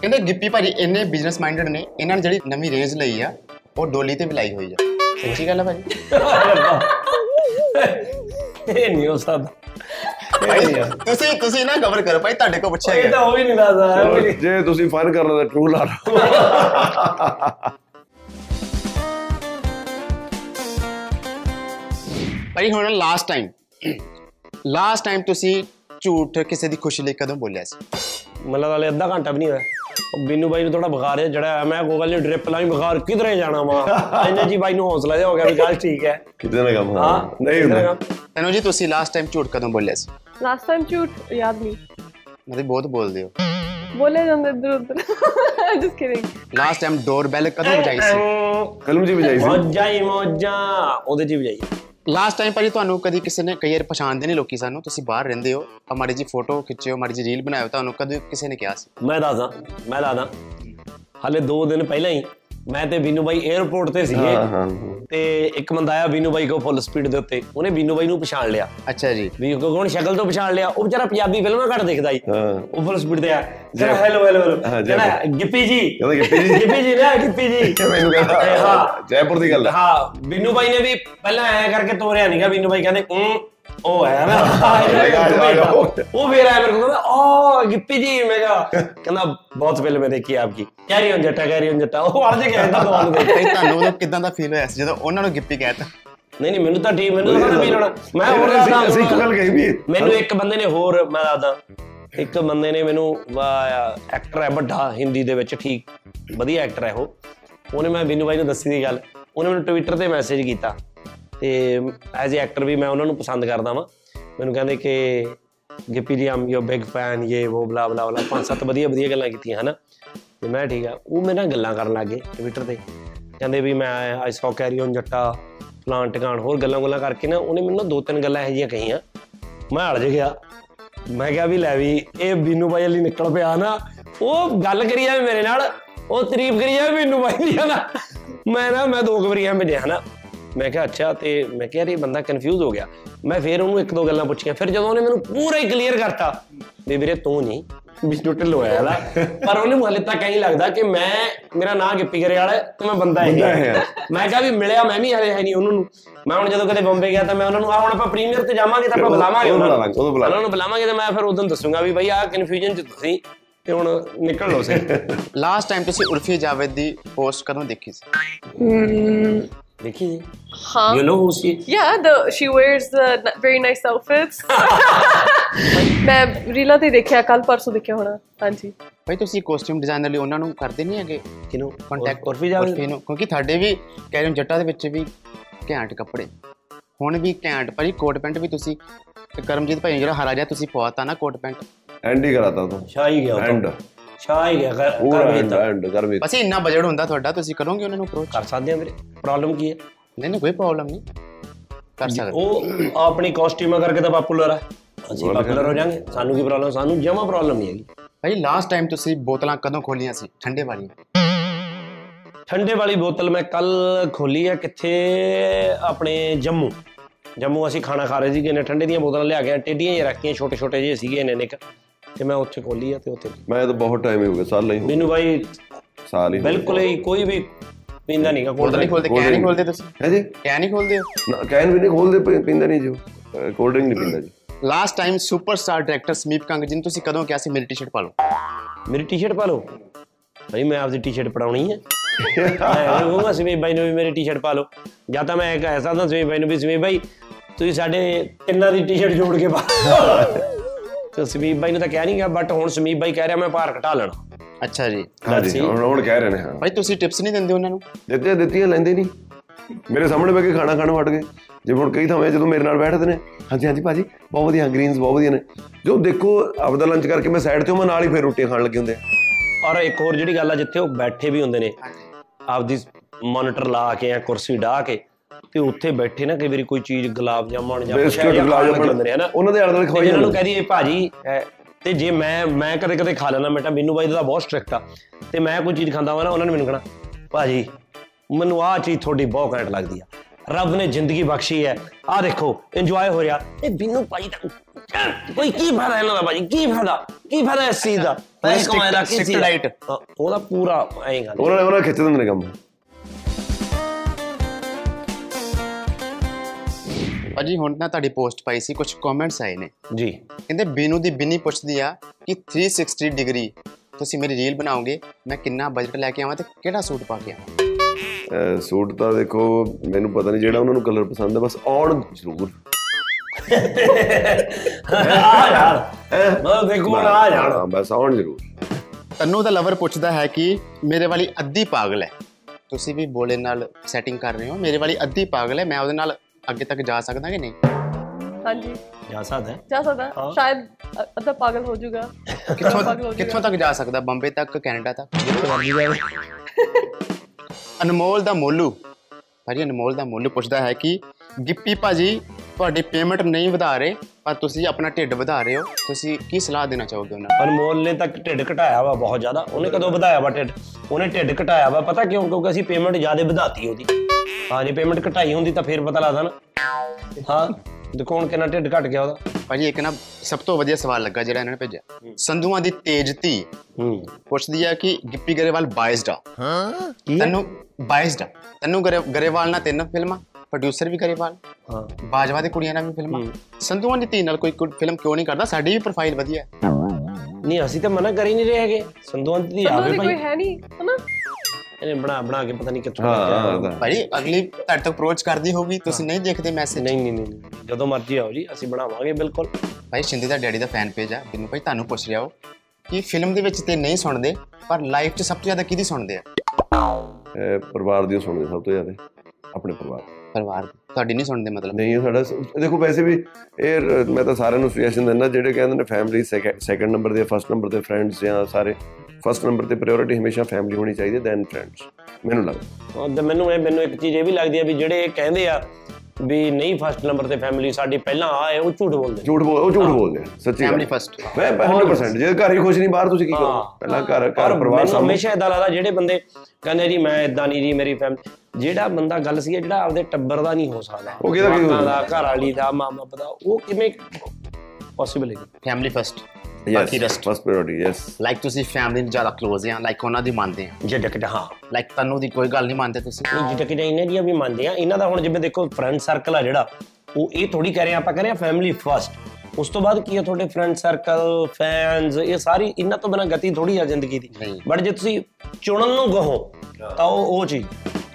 [SPEAKER 2] ਕਹਿੰਦੇ ਗਿੱਪੀ ਭਾਜੀ ਇੰਨੇ ਬਿਜ਼ਨਸ ਮਾਈਂਡਡ ਨੇ ਇਹਨਾਂ ਨੇ ਜਿਹੜੀ ਨਵੀਂ ਰੇਂਜ ਲਈ ਆ ਉਹ ਡੋਲੀ ਤੇ ਵੀ ਲਾਈ ਹੋਈ ਆ ਸੱਚੀ ਗੱਲ ਆ ਭਾਜੀ
[SPEAKER 4] ਇਹ ਨਹੀਂ ਹੋ ਸਕਦਾ ਇਹ ਨਹੀਂ ਆ।
[SPEAKER 2] ਤੁਸੀਂ ਤੁਸੀਂ ਨਾ ਕਵਰ ਕਰੋ ਭਾਈ ਤੁਹਾਡੇ ਕੋਲ ਪੁੱਛਿਆ
[SPEAKER 4] ਇਹ
[SPEAKER 2] ਗਿਆ
[SPEAKER 4] ਤਾਂ ਹੋ ਹੀ ਨਹੀਂ ਸਕਦਾ
[SPEAKER 3] ਜੇ ਤੁਸੀਂ ਫਨ ਕਰਨਾ ਤਾਂ ਟਰੂ ਲਾ ਲਓ
[SPEAKER 2] ਭਾਈ ਹੁਣ ਲਾਸਟ ਟਾਈਮ ਲਾਸਟ ਟਾਈਮ ਤੁਸੀਂ ਝੂਠ ਕਿਸੇ ਦੀ ਖੁਸ਼ੀ ਲਈ ਕਦੋਂ ਬੋਲਿਆ ਸੀ
[SPEAKER 4] ਮਤਲਬ ਵਾਲੇ ਅੱਧਾ ਘੰਟਾ ਵੀ ਨਹੀਂ ਹੋਇਆ ਉਹ ਬਿੰਨੂ ਬਾਈ ਨੂੰ ਥੋੜਾ ਬੁਖਾਰ ਹੈ ਜਿਹੜਾ ਮੈਂ ਗੋਗਲ ਨੇ ਡ੍ਰਿਪ ਲਾਈ ਬੁਖਾਰ ਕਿਧਰੇ ਜਾਣਾ ਵਾ ਇੰਨੇ ਜੀ ਬਾਈ ਨੂੰ ਹੌਸਲਾ ਜਿਹਾ ਹੋ ਗਿਆ ਵੀ ਗੱਲ ਠੀਕ ਹੈ
[SPEAKER 3] ਕਿਤੇ ਨਾ ਕੰਮ ਹਾਂ
[SPEAKER 4] ਹਾਂ
[SPEAKER 3] ਨਹੀਂ ਹੁੰਦਾ
[SPEAKER 2] ਤਨੂ ਜੀ ਤੁਸੀਂ ਲਾਸਟ ਟਾਈਮ ਝੂਠ ਕਦੋਂ ਬੋਲਿਆ ਸੀ
[SPEAKER 5] Last time shoot, yaad nahi.
[SPEAKER 2] ਮਤਲਬ ਬਹੁਤ ਬੋਲਦੇ ਹੋ
[SPEAKER 5] Bole jande idhar [laughs] udhar. Just kidding.
[SPEAKER 2] Last time door bell ਕਦੋਂ ਵਜਾਈ ਸੀ
[SPEAKER 3] ਫਿਲਮ ਜੀ ਵਜਾਈ ਸੀ
[SPEAKER 4] ਮੋਜਾਈ ਮੋਜਾ ਉਹਦੇ ਜੀ ਵਜਾਈ
[SPEAKER 2] ਲਾਸਟ ਟਾਈਮ ਭਾਜੀ ਤੁਹਾਨੂੰ ਕਦੀ ਕਿਸੇ ਨੇ ਕਈ ਵਾਰ ਪਛਾਣਦੇ ਨੇ ਲੋਕੀ ਸਾਨੂੰ ਤੁਸੀਂ ਬਾਹਰ ਰਹਿੰਦੇ ਹੋ ਹਮਾਰੀ ਜੀ ਫੋਟੋ ਖਿੱਚਿਓ ਹਮਾਰੀ ਜੀ ਰੀਲ ਬਣਾਇਓ ਤੁਹਾਨੂੰ ਕਦੇ ਕਿਸੇ ਨੇ ਕਿਹਾ ਸੀ
[SPEAKER 4] ਮੈਂ ਦੱਸਦਾ ਮੈਂ ਦੱਸਦਾ ਹਲੇ 2 ਦਿਨ ਪਹਿਲਾਂ ਹੀ ਮੈਂ ਤੇ ਬੀਨੂ ਬਾਈ 에어ਪੋਰਟ ਤੇ ਸੀਗੇ
[SPEAKER 3] ਹਾਂ ਹਾਂ ਹਾਂ।
[SPEAKER 4] ਤੇ ਇੱਕ ਬੰਦਾ ਆਇਆ ਬੀਨੂ ਬਾਈ ਕੋ ਫੁੱਲ ਸਪੀਡ ਦੇ ਉੱਤੇ ਉਹਨੇ ਬੀਨੂ ਬਾਈ ਨੂੰ ਪਛਾਣ ਲਿਆ
[SPEAKER 2] ਅੱਛਾ ਜੀ
[SPEAKER 4] ਵੀ ਕਿਉਂਕਿ ਉਹਨੇ ਸ਼ਕਲ ਤੋਂ ਪਛਾਣ ਲਿਆ ਉਹ ਵਿਚਾਰਾ ਪੰਜਾਬੀ ਫਿਲਮਾਂ ਘੱਟ ਦੇਖਦਾ ਜੀ
[SPEAKER 3] ਹਾਂ।
[SPEAKER 4] ਉਹ ਫੁੱਲ ਸਪੀਡ ਤੇ ਆ ਕਹਿੰਦਾ ਹੈਲੋ ਹੈਲੋ
[SPEAKER 3] ਹਾਂ,
[SPEAKER 4] ਹੈਲੋ
[SPEAKER 3] ਜੈਪੁਰ।
[SPEAKER 4] ਕਹਿੰਦਾ ਗਿੱਪੀ ਜੀ
[SPEAKER 3] ਕਹਿੰਦਾ ਗਿੱਪੀ ਜੀ।
[SPEAKER 4] ਗਿੱਪੀ ਜੀ ਨਾ ਗਿੱਪੀ ਜੀ
[SPEAKER 3] [laughs] ਮੈਨੂੰ
[SPEAKER 4] ਤੇ ਹਾਂ
[SPEAKER 3] ਕਹਿੰਦਾ ਜੈਪੁਰ ਦੀ ਗੱਲ ਹੈ
[SPEAKER 4] ਹਾਂ ਬੀਨੂ ਬਾਈ ਨੇ ਵੀ ਪਹਿਲਾਂ ਐ ਕਰਕੇ ਤੋਰਿਆ ਨਹੀਂਗਾ ਬੀਨੂ ਬਾਈ ਕਹਿੰਦੇ "ਊਂ, ਉਹ ਹੈ ਨਾ ਉਹ ਫੇਰ ਆਇਆ ਮੇਰੇ ਕੋਲ ਕਹਿੰਦਾ ਓ ਗਿੱਪੀ ਜੀ ਮੈਂ ਕਿਹਾ ਕਹਿੰਦਾ ਬਹੁਤ ਫਿਲਮ ਦੇਖੀ ਆਪਕੀ ਕਹਿ ਰਹੀ ਹਾਂ ਜੱਟਾ ਕਹਿ ਰਹੀ ਹਾਂ ਜੱਟਾ ਉਹ ਅੜ ਜੇ ਕਹਿੰਦਾ ਤੁਹਾਨੂੰ ਦੇਖ
[SPEAKER 2] ਤੇ ਤੁਹਾਨੂੰ ਉਦੋਂ ਕਿਦਾਂ ਦਾ ਫੀਲ ਹੋਇਆ ਸੀ ਜਦੋਂ ਉਹਨਾਂ ਨੂੰ ਗਿੱਪੀ ਕਹਿਤਾ
[SPEAKER 4] ਨਹੀਂ ਨਹੀਂ ਮੈਨੂੰ ਤਾਂ ਠੀਕ ਮੈਨੂੰ ਤਾਂ ਨਹੀਂ ਲੈਣਾ ਮੈਂ ਹੋਰ
[SPEAKER 3] ਅਸੀਂ-
[SPEAKER 4] ਦੱਸਦਾ
[SPEAKER 3] ਅਸੀਂ ਇੱਕ ਗੱਲ ਕਹੀ ਵੀ
[SPEAKER 4] ਮੈਨੂੰ ਇੱਕ ਬੰਦੇ ਨੇ ਹੋਰ ਮੈਂ ਦੱਸਦਾ ਇੱਕ ਬੰਦੇ ਨੇ ਮੈਨੂੰ ਐਕਟਰ ਹੈ ਵੱਡਾ ਹਿੰਦੀ ਦੇ ਵਿੱਚ ਠੀਕ ਵਧੀਆ ਐਕਟਰ ਹੈ ਉਹ ਉਹਨੇ ਮੈਂ ਬਿੰਨੂ ਬਾਈ ਨੂੰ ਦੱਸੀ ਦੀ ਗੱਲ ਉਹਨੇ ਮੈਨੂੰ ਟਵਿੱਟਰ ਤੇ ਮੈਸੇਜ ਕੀਤਾ ਤੇ ਐਜ਼ ਅ ਐਕਟਰ ਵੀ ਮੈਂ ਉਹਨਾਂ ਨੂੰ ਪਸੰਦ ਕਰਦਾ ਵਾਂ ਮੈਨੂੰ ਕਹਿੰਦੇ ਕਿ Gippy ji I'm your big fan ਇਹ ਉਹ ਬਲਾ ਬਲਾ ਬਲਾ ਪੰਜ ਸੱਤ ਵਧੀਆ ਵਧੀਆ ਗੱਲਾਂ ਕੀਤੀਆਂ ਹਨਾ ਤੇ ਮੈਂ ਠੀਕ ਆ ਉਹ ਮੇਰੇ ਨਾਲ ਗੱਲਾਂ ਕਰਨ ਲੱਗੇ ਟਵਿੱਟਰ ਤੇ ਕਹਿੰਦੇ ਵੀ ਮੈਂ ਆਈ ਸੌ ਕੈਰੀ ਔਨ ਜੱਟਾ ਫਲਾਂ ਟਿਕਾਣ ਹੋਰ ਗੱਲਾਂ ਗੁੱਲਾਂ ਕਰਕੇ ਨਾ ਉਹਨੇ ਮੈਨੂੰ ਨਾ ਦੋ ਤਿੰਨ ਗੱਲਾਂ ਇਹੋ ਜਿਹੀਆਂ ਕਹੀਆਂ ਮੈਂ ਅੜ ਗਿਆ ਮੈਂ ਕਿਹਾ ਵੀ ਲੈ ਵੀ ਇਹ ਬੀਨੂ ਬਾਈ ਵਾਲੀ ਨਿਕਲ ਪਿਆ ਨਾ ਉਹ ਗੱਲ ਕਰੀ ਜਾਵੇ ਮੇਰੇ ਨਾਲ ਉਹ ਤਾਰੀਫ ਕਰੀ ਜਾਵੇ ਬੀਨੂ ਬਾਈ ਦੀ ਨਾ ਮੈਂ ਨਾ ਮੈਂ ਦੋ ਕੁ ਵਾਰੀ ਐਂ ਮਿਲਿਆ ਨਾ ਮੈਂ ਕਿਹਾ ਅੱਛਾ ਤੇ ਮੈਂ ਕਿਹਾ ਯਾਰ ਇਹ ਬੰਦਾ ਕਨਫਿਊਜ਼ ਹੋ ਗਿਆ ਮੈਂ ਫਿਰ ਉਹਨੂੰ ਇੱਕ ਦੋ ਗੱਲਾਂ ਪੁੱਛੀਆਂ ਫਿਰ ਜਦੋਂ ਉਹਨੇ ਮੈਨੂੰ ਪੂਰਾ ਹੀ ਕਲੀਅਰ ਕਰਤਾ ਵੀ ਵੀਰੇ ਤੂੰ ਨਹੀਂ ਬਿਸਨੂ ਢਿੱਲੋਂ ਆਇਆ ਦਾ ਪਰ ਉਹਨੂੰ ਹਲੇ ਤੱਕ ਐਂ ਲੱਗਦਾ ਕਿ ਮੈਂ ਮੇਰਾ ਨਾਂ ਗਿੱਪੀ ਗਰੇਵਾਲ ਹੈ ਤੇ ਮੈਂ ਬੰਦਾ ਇਹ
[SPEAKER 3] ਬੰਦਾ ਇਹ ਹੈ।
[SPEAKER 4] ਮੈਂ ਕਿਹਾ ਵੀ ਮਿਲਿਆ ਮੈਂ ਵੀ ਹਲੇ ਹੈ ਨਹੀਂ ਉਹਨਾਂ ਨੂੰ ਮੈਂ ਹੁਣ ਜਦੋਂ ਕਦੇ ਬੰਬੇ ਗਿਆ ਤਾਂ ਮੈਂ ਉਹਨਾਂ ਨੂੰ ਆ ਹੁਣ ਆਪਾਂ ਪ੍ਰੀਮੀਅਰ ਤੇ ਜਾਵਾਂਗੇ ਤਾਂ ਆਪਾਂ
[SPEAKER 3] ਉਹਨੂੰ
[SPEAKER 4] ਬੁਲਾਵਾਂਗੇ
[SPEAKER 3] ਉਹਨੂੰ
[SPEAKER 4] ਉਹਨਾਂ ਨੂੰ
[SPEAKER 3] ਬੁਲਾਵਾਂਗੇ, ਉਹਨੂੰ ਬੁਲਾਵਾਂਗੇ।
[SPEAKER 4] ਉਹਨਾਂ ਨੂੰ ਬੁਲਾਵਾਂਗੇ ਤੇ ਮੈਂ ਫਿਰ ਉਦੋਂ ਦੱਸੂਗਾ ਵੀ ਬਈ ਆਹ ਕਨਫਿਊਜ਼ਨ ਚ ਤੁਸੀਂ ਤੇ ਹੁਣ ਨਿਕਲ ਲਓ
[SPEAKER 3] [laughs]
[SPEAKER 4] ਸੇ
[SPEAKER 2] ਲਾਸਟ ਟਾਈਮ ਤੁਸੀਂ ਉਲਫੀ ਜਾਵੇਦ ਦੀ ਪੋਸਟ ਕਦੋਂ ਦੇਖੀ ਸੀ
[SPEAKER 4] ਦੇਖੀ ਜੀ
[SPEAKER 5] Huh?
[SPEAKER 4] You know who she
[SPEAKER 5] Yeah, the she wears the n- very nice
[SPEAKER 4] [laughs]
[SPEAKER 5] outfits. ਮੈਂ ਰੀਲਾ ਤੇ ਦੇਖਿਆ ਕੱਲ ਪਰਸੋਂ ਦੇਖਿਆ ਹੋਣਾ ਹਾਂਜੀ
[SPEAKER 2] ਭਾਈ ਤੁਸੀਂ ਕੋਸਟਿਊਮ ਡਿਜ਼ਾਈਨਰ ਲਈ ਉਹਨਾਂ ਨੂੰ ਕਰਦੇ ਨਹੀਂ ਹੈਗੇ
[SPEAKER 4] ਕਿਨੂੰ
[SPEAKER 2] ਕੰਟੈਕਟ
[SPEAKER 4] ਉਰਫੀ ਜਾਵੇ
[SPEAKER 2] ਨੂੰ ਕਿਉਂਕਿ ਤੁਹਾਡੇ ਵੀ ਕੈਰੀਅਰ ਜੱਟਾਂ ਦੇ ਵਿੱਚ ਵੀ ਘੈਂਟ ਕੱਪੜੇ ਹੁਣ ਵੀ ਘੈਂਟ ਭਾਜੀ ਕੋਟ ਪੈਂਟ ਵੀ ਤੁਸੀਂ ਤੇ ਕਰਮਜੀਤ ਭਾਈ ਨੇ ਜਿਹੜਾ ਹਰਾ ਜਿਹਾ ਤੁਸੀਂ ਪਵਾਤਾ ਨਾ ਕੋਟ ਪੈਂਟ
[SPEAKER 3] ਐਂਡ ਹੀ ਕਰਾਤਾ ਤੂੰ
[SPEAKER 4] ਸ਼ਾਹ ਹੀ ਗਿਆ ਉਹ ਤਾਂ।
[SPEAKER 3] ਐਂਡ
[SPEAKER 4] ਸ਼ਾਹ ਹੀ ਗਿਆ ਕਰ-
[SPEAKER 3] ਪੂਰਾ
[SPEAKER 4] ਕਰ ਵੀ
[SPEAKER 3] ਐਂਡ
[SPEAKER 4] ਦਿੱਤਾ।
[SPEAKER 3] ਐਂਡ ਕਰ ਵੀ
[SPEAKER 2] ਬਸ ਇੰਨਾ ਬਜਟ ਹੁੰਦਾ ਤੁਹਾਡਾ ਤੁਸੀਂ ਕਰੋਗੇ ਉਹਨਾਂ ਨੂੰ ਅਪਰੋਚ
[SPEAKER 4] ਕਰ ਸਕਦੇ ਆ ਵੀਰੇ ਪ੍ਰੋਬਲਮ ਕੀ ਹੈ
[SPEAKER 2] ਨਹੀਂ ਨਹੀਂ ਕੋਈ ਪ੍ਰੋਬਲਮ ਨਹੀਂ ਕਰ ਸਕਦੇ
[SPEAKER 4] ਉਹ ਆਪਣੀ ਕਾਸਟਿਊਮਾਂ ਕਰਕੇ ਤਾਂ ਪਪੂਲਰ ਹੈ ਅਸੀਂ ਪਪੂਲਰ ਹੋ ਜਾਾਂਗੇ ਸਾਨੂੰ ਕੀ ਪ੍ਰੋਬਲਮ ਸਾਨੂੰ ਜਮਾ ਪ੍ਰੋਬਲਮ ਨਹੀਂ ਹੈਗੀ
[SPEAKER 2] ਭਾਈ ਲਾਸਟ ਟਾਈਮ ਤੁਸੀਂ ਬੋਤਲਾਂ ਕਦੋਂ ਖੋਲੀਆਂ ਸੀ ਠੰਡੇ ਵਾਲੀਆਂ
[SPEAKER 4] ਠੰਡੇ ਵਾਲੀ ਬੋਤਲ ਮੈਂ ਕੱਲ ਖੋਲੀ ਆ ਕਿੱਥੇ ਆਪਣੇ ਜੰਮੂ ਜੰਮੂ ਅਸੀਂ ਖਾਣਾ ਖਾ ਰਹੇ ਸੀਗੇ ਨੇ ਠੰਡੇ ਦੀਆਂ ਬੋਤਲਾਂ ਲਿਆ ਕੇ ਟੇਡੀਆਂ ਜਿਹੀਆਂ ਰੱਖੀਆਂ ਛੋਟੇ ਛੋਟੇ ਜਿਹੇ ਸੀਗੇ ਨੇ ਨੇ ਤੇ ਮੈਂ ਉੱਥੇ ਖੋਲੀ ਆ ਤੇ ਉੱਥੇ
[SPEAKER 3] ਮੈਂ ਤਾਂ ਬਹੁਤ ਟਾਈਮ ਹੀ ਹੋ ਗਿਆ ਸਾਲ ਹੀ ਹੋ
[SPEAKER 4] ਮੈਨੂੰ ਬਾਈ
[SPEAKER 3] ਗਿਆ ਸਾਲ ਹੀ ਹੋ ਗਿਆ।
[SPEAKER 4] ਬਿਲਕੁਲ ਹੀ ਕੋਈ ਵੀ ਪੀਂਦਾ ਨਹੀਂਗਾ ਕੋਲ
[SPEAKER 2] ਬੋਤਲ ਨਹੀਂ ਖੋਲਦੇ ਕੈਨ ਨਹੀਂ ਖੋਲਦੇ ਤੁਸੀਂ
[SPEAKER 3] ਹੈ ਜੀ
[SPEAKER 2] ਕੈਨ ਨਹੀਂ ਖੋਲਦੇ
[SPEAKER 3] ਨਾ, ਕੈਨ ਵੀ ਨਹੀਂ ਖੋਲਦੇ ਪੀ- ਪੀਂਦਾ ਨਹੀਂ ਜੋ ਕੋਲਡ ਡਰਿੰਕ ਨਹੀਂ ਪੀਂਦਾ ਜੀ
[SPEAKER 2] last time superstar director Sameep Kang ਜੀ ਨੂੰ ਤੁਸੀਂ ਕਦੋਂ ਕਿਹਾ ਸੀ ਮੇਰੀ ਟੀ-ਸ਼ਰਟ ਪਾ ਲਓ
[SPEAKER 4] ਮੇਰੀ ਟੀ-ਸ਼ਰਟ ਪਾ ਲਓ ਭਾਈ ਮੈਂ ਆਪਦੀ ਟੀ-ਸ਼ਰਟ ਪੜਾਉਣੀ ਹੈ ਮੈਂ ਇਹ ਕਹੂੰਗਾ ਸਮੀਰ ਬਾਈ ਨੂੰ ਵੀ ਮੇਰੀ ਟੀ-ਸ਼ਰਟ ਪਾ ਲਓ ਜਾਂ ਤਾਂ ਮੈਂ ਕਹਿ ਸਕਦਾ ਸਮੀਰ ਬਾਈ ਨੂੰ ਵੀ ਸਮੀਰ ਬਾਈ ਤੁਸੀਂ ਸਾਡੇ ਤਿੰਨਾਂ ਦੀ ਟੀ-ਸ਼ਰਟ ਜੋੜ ਕੇ ਪਾ ਦਿਓ ਤੇ ਸਮੀਰ ਬਾਈ ਨੂੰ ਤਾਂ ਕਹਿ ਨਹੀਂ ਗਿਆ ਬਟ ਹੁਣ ਸਮੀਰ ਬਾਈ ਕਹਿ ਰਿਹਾ ਮੈਂ ਭਾਰ ਘਟਾ ਲੈਣਾ
[SPEAKER 2] ਅੱਛਾ ਜੀ
[SPEAKER 3] ਹਾਂਜੀ ਹੁਣ ਹੁਣ ਕਹਿ ਰਹੇ ਨੇ ਹਾਂ
[SPEAKER 2] ਭਾਈ ਤੁਸੀਂ ਟਿਪਸ ਨਹੀਂ ਦਿੰਦੇ ਉਹਨਾਂ ਨੂੰ
[SPEAKER 3] ਦਿੱਤੀਆਂ ਦਿੱਤੀਆਂ ਲੈਂਦੇ ਨਹੀਂ ਮੇਰੇ ਸਾਹਮਣੇ ਬਹਿ ਕੇ ਖਾਣਾ ਖਾਣ ਵੜ ਗਏ ਜੇ ਹੁਣ ਕਈ ਥਾਵੇਂ ਜਦੋਂ ਮੇਰੇ ਨਾਲ ਬੈਠਦੇ ਨੇ ਹਾਂਜੀ ਹਾਂਜੀ ਭਾਜੀ ਬਹੁਤ ਵਧੀਆ ਗ੍ਰੀਨਸ ਬਹੁਤ ਵਧੀਆ ਨੇ ਜੋ ਦੇਖੋ ਆਪਦਾ ਲੰਚ ਕਰਕੇ ਮੈਂ ਸਾਈਡ ਤੇ ਹਾਂ, ਮੈਂ ਨਾਲ ਹੀ ਫੇਰ ਰੋਟੀਆਂ ਖਾਣ ਲੱਗੇ ਹੁੰਦੇ ਆ।
[SPEAKER 4] ਔਰ ਇੱਕ ਹੋਰ ਜਿਹੜੀ ਗੱਲ ਆ ਜਿੱਥੇ ਉਹ ਬੈਠੇ ਵੀ ਹੁੰਦੇ ਨੇ ਆਪਦੀ ਮੋਨੀਟਰ ਲਾ ਕੇ ਜਾਂ ਕੁਰਸੀ ਢਾ ਕੇ ਤੇ ਉੱਥੇ ਬੈਠੇ ਨਾ ਕਈ ਵਾਰੀ ਕੋਈ ਚੀਜ਼ ਗੁਲਾਬ ਜਾਮਣ ਜਾਂ ਕੁਛ ਇਹੋ
[SPEAKER 3] ਬਿਸਕਟ
[SPEAKER 4] ਜਿਹਾ
[SPEAKER 3] ਗੁਲਾਬ
[SPEAKER 4] ਖਾਣ ਲੱਗੇ ਹੁੰਦੇ ਨੇ,
[SPEAKER 3] ਜਾਮਣ
[SPEAKER 4] ਹਨਾ
[SPEAKER 3] ਉਹਨਾਂ ਦੇ ਆਲੇ ਦੁਆਲੇ ਖਵਾਈ
[SPEAKER 4] ਤੇ
[SPEAKER 3] ਜਾਂਦੇ
[SPEAKER 4] ਨੂੰ ਕਹਦੀ ਇਹ ਭਾਜੀ ਐ, ਤੇ ਜੇ ਮੈਂ ਮੈਂ ਕਦੇ ਕਦੇ ਖਾ ਲੈਣਾ ਬੇਟਾ ਮੈਨੂੰ ਬਾਈ ਦਾ ਬਹੁਤ ਸਟ੍ਰਿਕਟ ਆ ਤੇ ਮੈਂ ਕੋਈ ਚੀਜ਼ ਖਾਂਦਾ ਹਾਂ ਨਾ ਉਹਨਾਂ ਨੇ ਮੈਨੂੰ ਕਹਣਾ ਭਾਜੀ ਮੈਨੂੰ ਆਹ ਚੀਜ਼ ਤੁਹਾਡੀ ਬਹੁਤ ਘੈਂਟ ਲੱਗਦੀ ਆ ਰੱਬ ਨੇ ਜ਼ਿੰਦਗੀ ਬਖਸ਼ੀ ਹੈ ਆਹ ਦੇਖੋ ਇੰਜੋਏ ਹੋ ਰਿਹਾ ਇਹ ਬਿੰਨੂ ਭਾਜੀ ਤਾਂ ਕੋਈ ਕੀ ਫਾਇਦਾ ਇਹਨਾਂ ਦਾ ਭਾਜੀ ਕੀ ਫਾਇਦਾ ਕੀ ਫਾਇਦਾ ਇਸ ਚੀਜ਼ ਦਾ ਪੈਸੇ ਕਮਾਏ ਦਾ ਕੀ
[SPEAKER 2] Strict-
[SPEAKER 4] ਚੀਜ਼ ਦਾ?
[SPEAKER 2] strict
[SPEAKER 4] ਹਾਂ, ਉਹਦਾ ਪੂਰਾ ਐਂ ਗੱਲ
[SPEAKER 3] ਉਹਨਾਂ ਨੇ ਉਹਨਾਂ ਨੇ ਖਿੱਚ ਦਿੰਦੇ ਨੇ ਕੰਮ
[SPEAKER 2] ਭਾਜੀ ਹੁਣ ਨਾ ਤੁਹਾਡੀ ਪੋਸਟ ਪਾਈ ਸੀ ਕੁਝ ਕਮੈਂਟਸ ਆਏ ਨੇ
[SPEAKER 4] ਜੀ
[SPEAKER 2] ਕਹਿੰਦੇ ਬੀਨੂ ਦੀ ਬਿੰਨੀ ਪੁੱਛਦੀ ਆ ਕਿ 360 ਡਿਗਰੀ ਤੁਸੀਂ ਮੇਰੀ ਰੀਲ ਬਣਾਓਗੇ ਮੈਂ ਕਿੰਨਾ ਬਜਟ ਲੈ ਕੇ ਆਵਾਂ ਤੇ ਕਿਹੜਾ ਸੂਟ ਪਾ ਕੇ ਆਵਾਂ
[SPEAKER 3] ਅਹ ਸੂਟ ਤਾਂ ਦੇਖੋ ਮੈਨੂੰ ਪਤਾ ਨਹੀਂ ਜਿਹੜਾ ਉਹਨਾਂ ਨੂੰ ਕਲਰ ਪਸੰਦ ਹੈ ਬਸ ਆਉਣ ਜ਼ਰੂਰ
[SPEAKER 4] ਆ ਯਾਰ ਮੈਂ ਦੇਖੋ ਹੁਣ ਆ ਯਾਰ
[SPEAKER 3] ਹਾਂ, ਬਸ ਆਉਣ ਜ਼ਰੂਰ
[SPEAKER 2] ਤੰਨੂ ਦਾ ਲਵਰ ਪੁੱਛਦਾ ਹੈ ਕਿ ਮੇਰੇ ਵਾਲੀ ਅੱਧੀ ਪਾਗਲ ਹੈ ਤੁਸੀਂ ਵੀ ਬੋਲੇ ਨਾਲ ਸੈਟਿੰਗ ਕਰ ਰਹੇ ਹੋ ਮੇਰੇ ਵਾਲੀ ਅੱਧੀ ਪਾਗਲ ਹੈ ਮੈਂ ਉਹਦੇ ਨਾਲ ਅੱਗੇ ਤੱਕ ਜਾ ਸਕਦਾ ਕਿ ਨਹੀਂ
[SPEAKER 5] ਹਾਂਜੀ
[SPEAKER 4] ਜਾ ਸਕਦਾ ਹੈ
[SPEAKER 5] ਜਾ ਸਕਦਾ
[SPEAKER 4] ਹਾਂ।
[SPEAKER 5] ਸ਼ਾਇਦ ਅ- ਅੱਧਾ ਪਾਗਲ ਹੋ ਜਾਊਗਾ ਪਾਗਲ ਹੋ
[SPEAKER 2] ਕਿੱਥੋਂ
[SPEAKER 5] ਜਾਊਗਾ।
[SPEAKER 2] ਕਿੱਥੋਂ ਤੱਕ ਜਾ ਸਕਦਾ ਬੰਬੇ ਤੱਕ ਕੈਨੇਡਾ ਤੱਕ
[SPEAKER 4] ਜਿੱਥੇ ਮਰਜ਼ੀ ਜਾਵੇ
[SPEAKER 2] ਅਨਮੋਲ ਦਾ ਮੋਲੂ ਭਾਜੀ ਅਨਮੋਲ ਦਾ ਮੋਲੂ ਪੁੱਛਦਾ ਹੈ ਕਿ ਗਿੱਪੀ ਭਾਜੀ ਤੁਹਾਡੀ ਪੇਮੈਂਟ ਨਹੀਂ ਵਧਾ ਰਹੇ ਪਰ ਤੁਸੀਂ ਆਪਣਾ ਢਿੱਡ ਵਧਾ ਰਹੇ ਹੋ ਤੁਸੀਂ ਕੀ ਸਲਾਹ ਦੇਣਾ ਚਾਹੋਗੇ ਉਹਨਾਂ
[SPEAKER 4] ਅਨਮੋਲ ਨੇ ਤਾਂ ਢਿੱਡ ਘਟਾਇਆ ਵਾ ਬਹੁਤ ਜ਼ਿਆਦਾ ਉਹਨੇ ਕਦੋਂ ਵਧਾਇਆ ਵਾ ਢਿੱਡ ਉਹਨੇ ਢਿੱਡ ਘਟਾਇਆ ਵਾ ਪਤਾ ਕਿਉਂ ਕਿਉਂਕਿ ਅਸੀਂ ਪੇਮੈਂਟ ਜ਼ਿਆਦਾ ਵਧਾਤੀ ਉਹਦੀ ਹਾਂ ਜੇ ਪੇਮੈਂਟ ਘਟਾਈ ਹੁੰਦੀ ਤਾਂ ਫਿਰ ਪਤਾ ਲੱਗਦਾ ਨਾ ਹਾਂ ਦੇਖੋ ਹੁਣ ਕਿੰਨਾ ਢਿੱਡ ਘਟ ਗਿਆ ਉਹਦਾ
[SPEAKER 2] ਭਾਜੀ ਇੱਕ ਨਾ ਸਭ ਤੋਂ ਵਧੀਆ ਸਵਾਲ ਲੱਗਾ ਜਿਹੜਾ ਇਹਨਾਂ ਨੇ ਭੇਜਿਆ ਸੰਧੂਆਂ ਦੀ ਤੇਜ਼ ਧੀ
[SPEAKER 4] ਹੂੰ
[SPEAKER 2] ਪੁੱਛਦੀ ਆ ਕਿ ਗਿੱਪੀ ਗਰੇਵਾਲ ਬਾਇਸਡ ਆ ਹਾਂ ਤੈਨੂੰ ਬਾਇਸਡ ਆ ਤੈਨੂੰ ਗਰੇ- ਗਰੇਵਾਲ ਨਾਲ ਤਿੰਨ ਫਿਲਮਾਂ ਪ੍ਰੋਡਿਊਸਰ ਵੀ ਗਰੇਵਾਲ
[SPEAKER 4] ਹਾਂ
[SPEAKER 2] ਬਾਜਵਾ ਦੇ ਕੁੜੀਆਂ ਨਾਲ ਵੀ ਫਿਲਮਾਂ ਸੰਧੂਆਂ ਦੀ ਧੀ ਨਾਲ ਕੋਈ ਕੋਈ ਫਿਲਮ ਕਿਉਂ ਨਹੀਂ ਕਰਦਾ ਸਾਡੀ ਵੀ ਪ੍ਰੋਫਾਈਲ ਵਧੀਆ ਹੈ
[SPEAKER 4] ਨਹੀਂ ਅਸੀਂ ਤਾਂ ਮਨਾ ਕਰ ਹੀ ਨਹੀਂ ਰਹੇ ਹੈਗੇ ਸੰਧੂਆਂ ਦੀ ਆਵੇ
[SPEAKER 5] ਉਹਦੇ ਕੋਈ
[SPEAKER 4] ਭਾਈ
[SPEAKER 5] ਹੈ ਨਹੀਂ ਹਨਾ
[SPEAKER 4] ਇਹਨੇ ਬਣਾ ਬਣਾ ਕੇ ਪਤਾ ਨਹੀਂ ਕਿੱਥੋਂ
[SPEAKER 3] ਹਾਂ
[SPEAKER 4] ਕਰਕੇ ਆਇਆ
[SPEAKER 3] ਹਾਂ,
[SPEAKER 4] ਹੋਊਗਾ।
[SPEAKER 3] ਹਾਂ
[SPEAKER 2] ਭਾਈ ਅਗਲੀ ਤੁਹਾਡੇ ਤੱਕ ਅਪਰੋਚ ਕਰਦੀ ਹੋਗੀ ਤੁਸੀਂ ਨਹੀਂ ਦੇਖਦੇ ਮੈਸੇਜ
[SPEAKER 4] ਨਹੀਂ ਨਹੀਂ ਨਹੀਂ ਨਹੀਂ, ਜਦੋਂ ਮਰਜ਼ੀ ਆਓ ਜੀ ਅਸੀਂ ਬਣਾਵਾਂਗੇ ਬਿਲਕੁਲ
[SPEAKER 2] ਭਾਈ ਸ਼ਿੰਦੇ ਦਾ ਡੈਡੀ ਦਾ ਫੈਨ ਪੇਜ ਆ ਬਿੰਨੂ ਭਾਈ ਤੁਹਾਨੂੰ ਪੁੱਛ ਰਿਹਾ ਉਹ ਕਿ ਫਿਲਮ ਦੇ ਵਿੱਚ ਤੇ ਨਹੀਂ ਸੁਣਦੇ ਪਰ ਲਾਈਫ 'ਚ ਸਭ ਤੋਂ ਜ਼ਿਆਦਾ ਕਿਹਦੀ ਸੁਣਦੇ ਆ
[SPEAKER 3] ਇਹ ਪਰਿਵਾਰ ਦੀ ਸੁਣਦੇ ਸਭ ਤੋਂ ਜ਼ਿਆਦਾ ਆਪਣੇ ਪਰਿਵਾਰ
[SPEAKER 2] ਪਰਿਵਾਰ ਦੀ। ਤੁਹਾਡੀ ਨਹੀਂ ਸੁਣਦੇ ਮਤਲਬ
[SPEAKER 3] ਨਹੀਂ ਇਹ ਸਾਡਾ ਦੇਖੋ ਵੈਸੇ ਵੀ ਇਹ ਰ- ਮੈਂ ਤਾਂ ਸਾਰਿਆਂ ਨੂੰ ਸੁਜੈਸ਼ਨ ਦਿੰਦਾ ਜਿਹੜੇ ਕਹਿੰਦੇ ਨੇ ਫੈਮਿਲੀ ਸੈਕੰਡ ਨੰਬਰ ਤੇ ਫਰਸਟ ਨੰਬਰ ਤੇ ਫਰੈਂਡਸ ਜਾਂ ਸਾਰੇ ਫਰਸਟ ਨੰਬਰ ਤੇ ਪ੍ਰਾਇੋਰਟੀ ਹਮੇਸ਼ਾ ਫੈਮਿਲੀ ਹੋਣੀ ਚਾਹੀਦੀ ਹੈ ਦੈਨ ਫਰੈਂਡਸ ਮੈਨੂੰ ਲੱਗਦਾ
[SPEAKER 4] ਔਰ ਤੇ ਮੈਨੂੰ ਇਹ ਮੈਨੂੰ ਇੱਕ ਚੀਜ਼ ਇਹ ਵੀ ਲੱਗਦੀ ਹੈ ਵੀ ਜਿਹੜੇ ਇਹ ਕਹਿੰਦੇ ਆ ਵੀ ਨਹੀਂ ਫਸਟ ਨੰਬਰ ਤੇ ਫੈਮਿਲੀ ਸਾਡੀ ਪਹਿਲਾਂ ਆ ਹੈ ਉਹ ਝੂਠ ਬੋਲਦੇ ਨੇ।
[SPEAKER 3] ਝੂਠ ਬੋਲ ਉਹ ਝੂਠ ਬੋਲਦੇ ਆ, ਸੱਚੀ
[SPEAKER 2] ਫੈਮਿਲੀ
[SPEAKER 3] ਗੱਲ
[SPEAKER 2] ਫਸਟ
[SPEAKER 3] ਮੈਂ 100% ਜੇ ਘਰ ਹੀ ਖੁਸ਼ ਨਹੀਂ ਬਾਹਰ ਤੁਸੀਂ ਕੀ ਕਰੋ
[SPEAKER 4] ਹਾਂ।
[SPEAKER 3] ਪਹਿਲਾਂ ਘਰ
[SPEAKER 4] ਪਰ
[SPEAKER 3] ਘਰ ਪਰਿਵਾਰ
[SPEAKER 4] ਮੈਨੂੰ
[SPEAKER 3] ਸਾਹਮਣੇ
[SPEAKER 4] ਹਮੇਸ਼ਾ ਇਦਾਂ ਲੱਗਦਾ ਜਿਹੜੇ ਬੰਦੇ ਕਹਿੰਦੇ ਜੀ ਮੈਂ ਇਦਾਂ ਨਹੀਂ ਜੀ ਮੇਰੀ ਫੈਮਿਲੀ ਜਿਹੜਾ ਬੰਦਾ ਗੱਲ ਸੀ ਜਿਹੜਾ ਆਪਦੇ ਟੱਬਰ ਦਾ ਨਹੀਂ ਹੋ ਸਕਦਾ
[SPEAKER 3] ਉਹ ਕਿਹਦਾ ਕੀ ਹੋ
[SPEAKER 4] ਮਾਤਾ ਦਾ ਘਰ ਵਾਲੀ ਦਾ ਮਾਮਾ ਦਾ ਉਹ ਕਿਵੇਂ ਪੋਸੀਬਲ ਹੈ
[SPEAKER 2] ਫੈਮਿਲੀ ਫਸਟ ਬਾਕੀ
[SPEAKER 3] yes
[SPEAKER 2] rest
[SPEAKER 3] first priority yes
[SPEAKER 2] like ਤੁਸੀਂ ਫੈਮਿਲੀ ਨੂੰ ਜ਼ਿਆਦਾ ਕਲੋਜ਼ ਆ ਲਾਈਕ ਉਹਨਾਂ ਦੀ ਮੰਨਦੇ ਆ
[SPEAKER 4] ਜੇ ਡਕਟ ਹਾਂ
[SPEAKER 2] ਲਾਈਕ ਤੁਹਾਨੂੰ ਦੀ ਕੋਈ ਗੱਲ ਨਹੀਂ ਮੰਨਦੇ ਤੁਸੀਂ
[SPEAKER 4] ਇਹ ਜਿਹੜਾ ਕਿ ਇਹਨਾਂ ਦੀਆਂ ਵੀ ਮੰਨਦੇ ਆ ਇਹਨਾਂ ਦਾ ਹੁਣ ਜਿਵੇਂ ਦੇਖੋ ਫਰੈਂਡ ਸਰਕਲ ਆ ਜਿਹੜਾ ਉਹ ਇਹ ਥੋੜੀ ਕਹਿ ਰਹੇ ਆ, ਆਪਾਂ ਕਹਿ ਰਹੇ ਆ ਫੈਮਿਲੀ ਫਰਸਟ ਉਸ ਤੋਂ ਬਾਅਦ ਕੀ ਆ ਤੁਹਾਡੇ ਫਰੈਂਡ ਸਰਕਲ ਫੈਨਸ ਇਹ ਸਾਰੀ ਇਹਨਾਂ ਤੋਂ ਬਿਨਾਂ ਗਤੀ ਥੋੜੀ ਆ ਜ਼ਿੰਦਗੀ ਦੀ
[SPEAKER 2] ਨਹੀਂ।
[SPEAKER 4] ਬਟ ਜੇ ਤੁਸੀਂ ਚੁਣਨ ਨੂੰ ਕਹੋ ਤਾਂ ਉਹ ਉਹ ਚੀਜ਼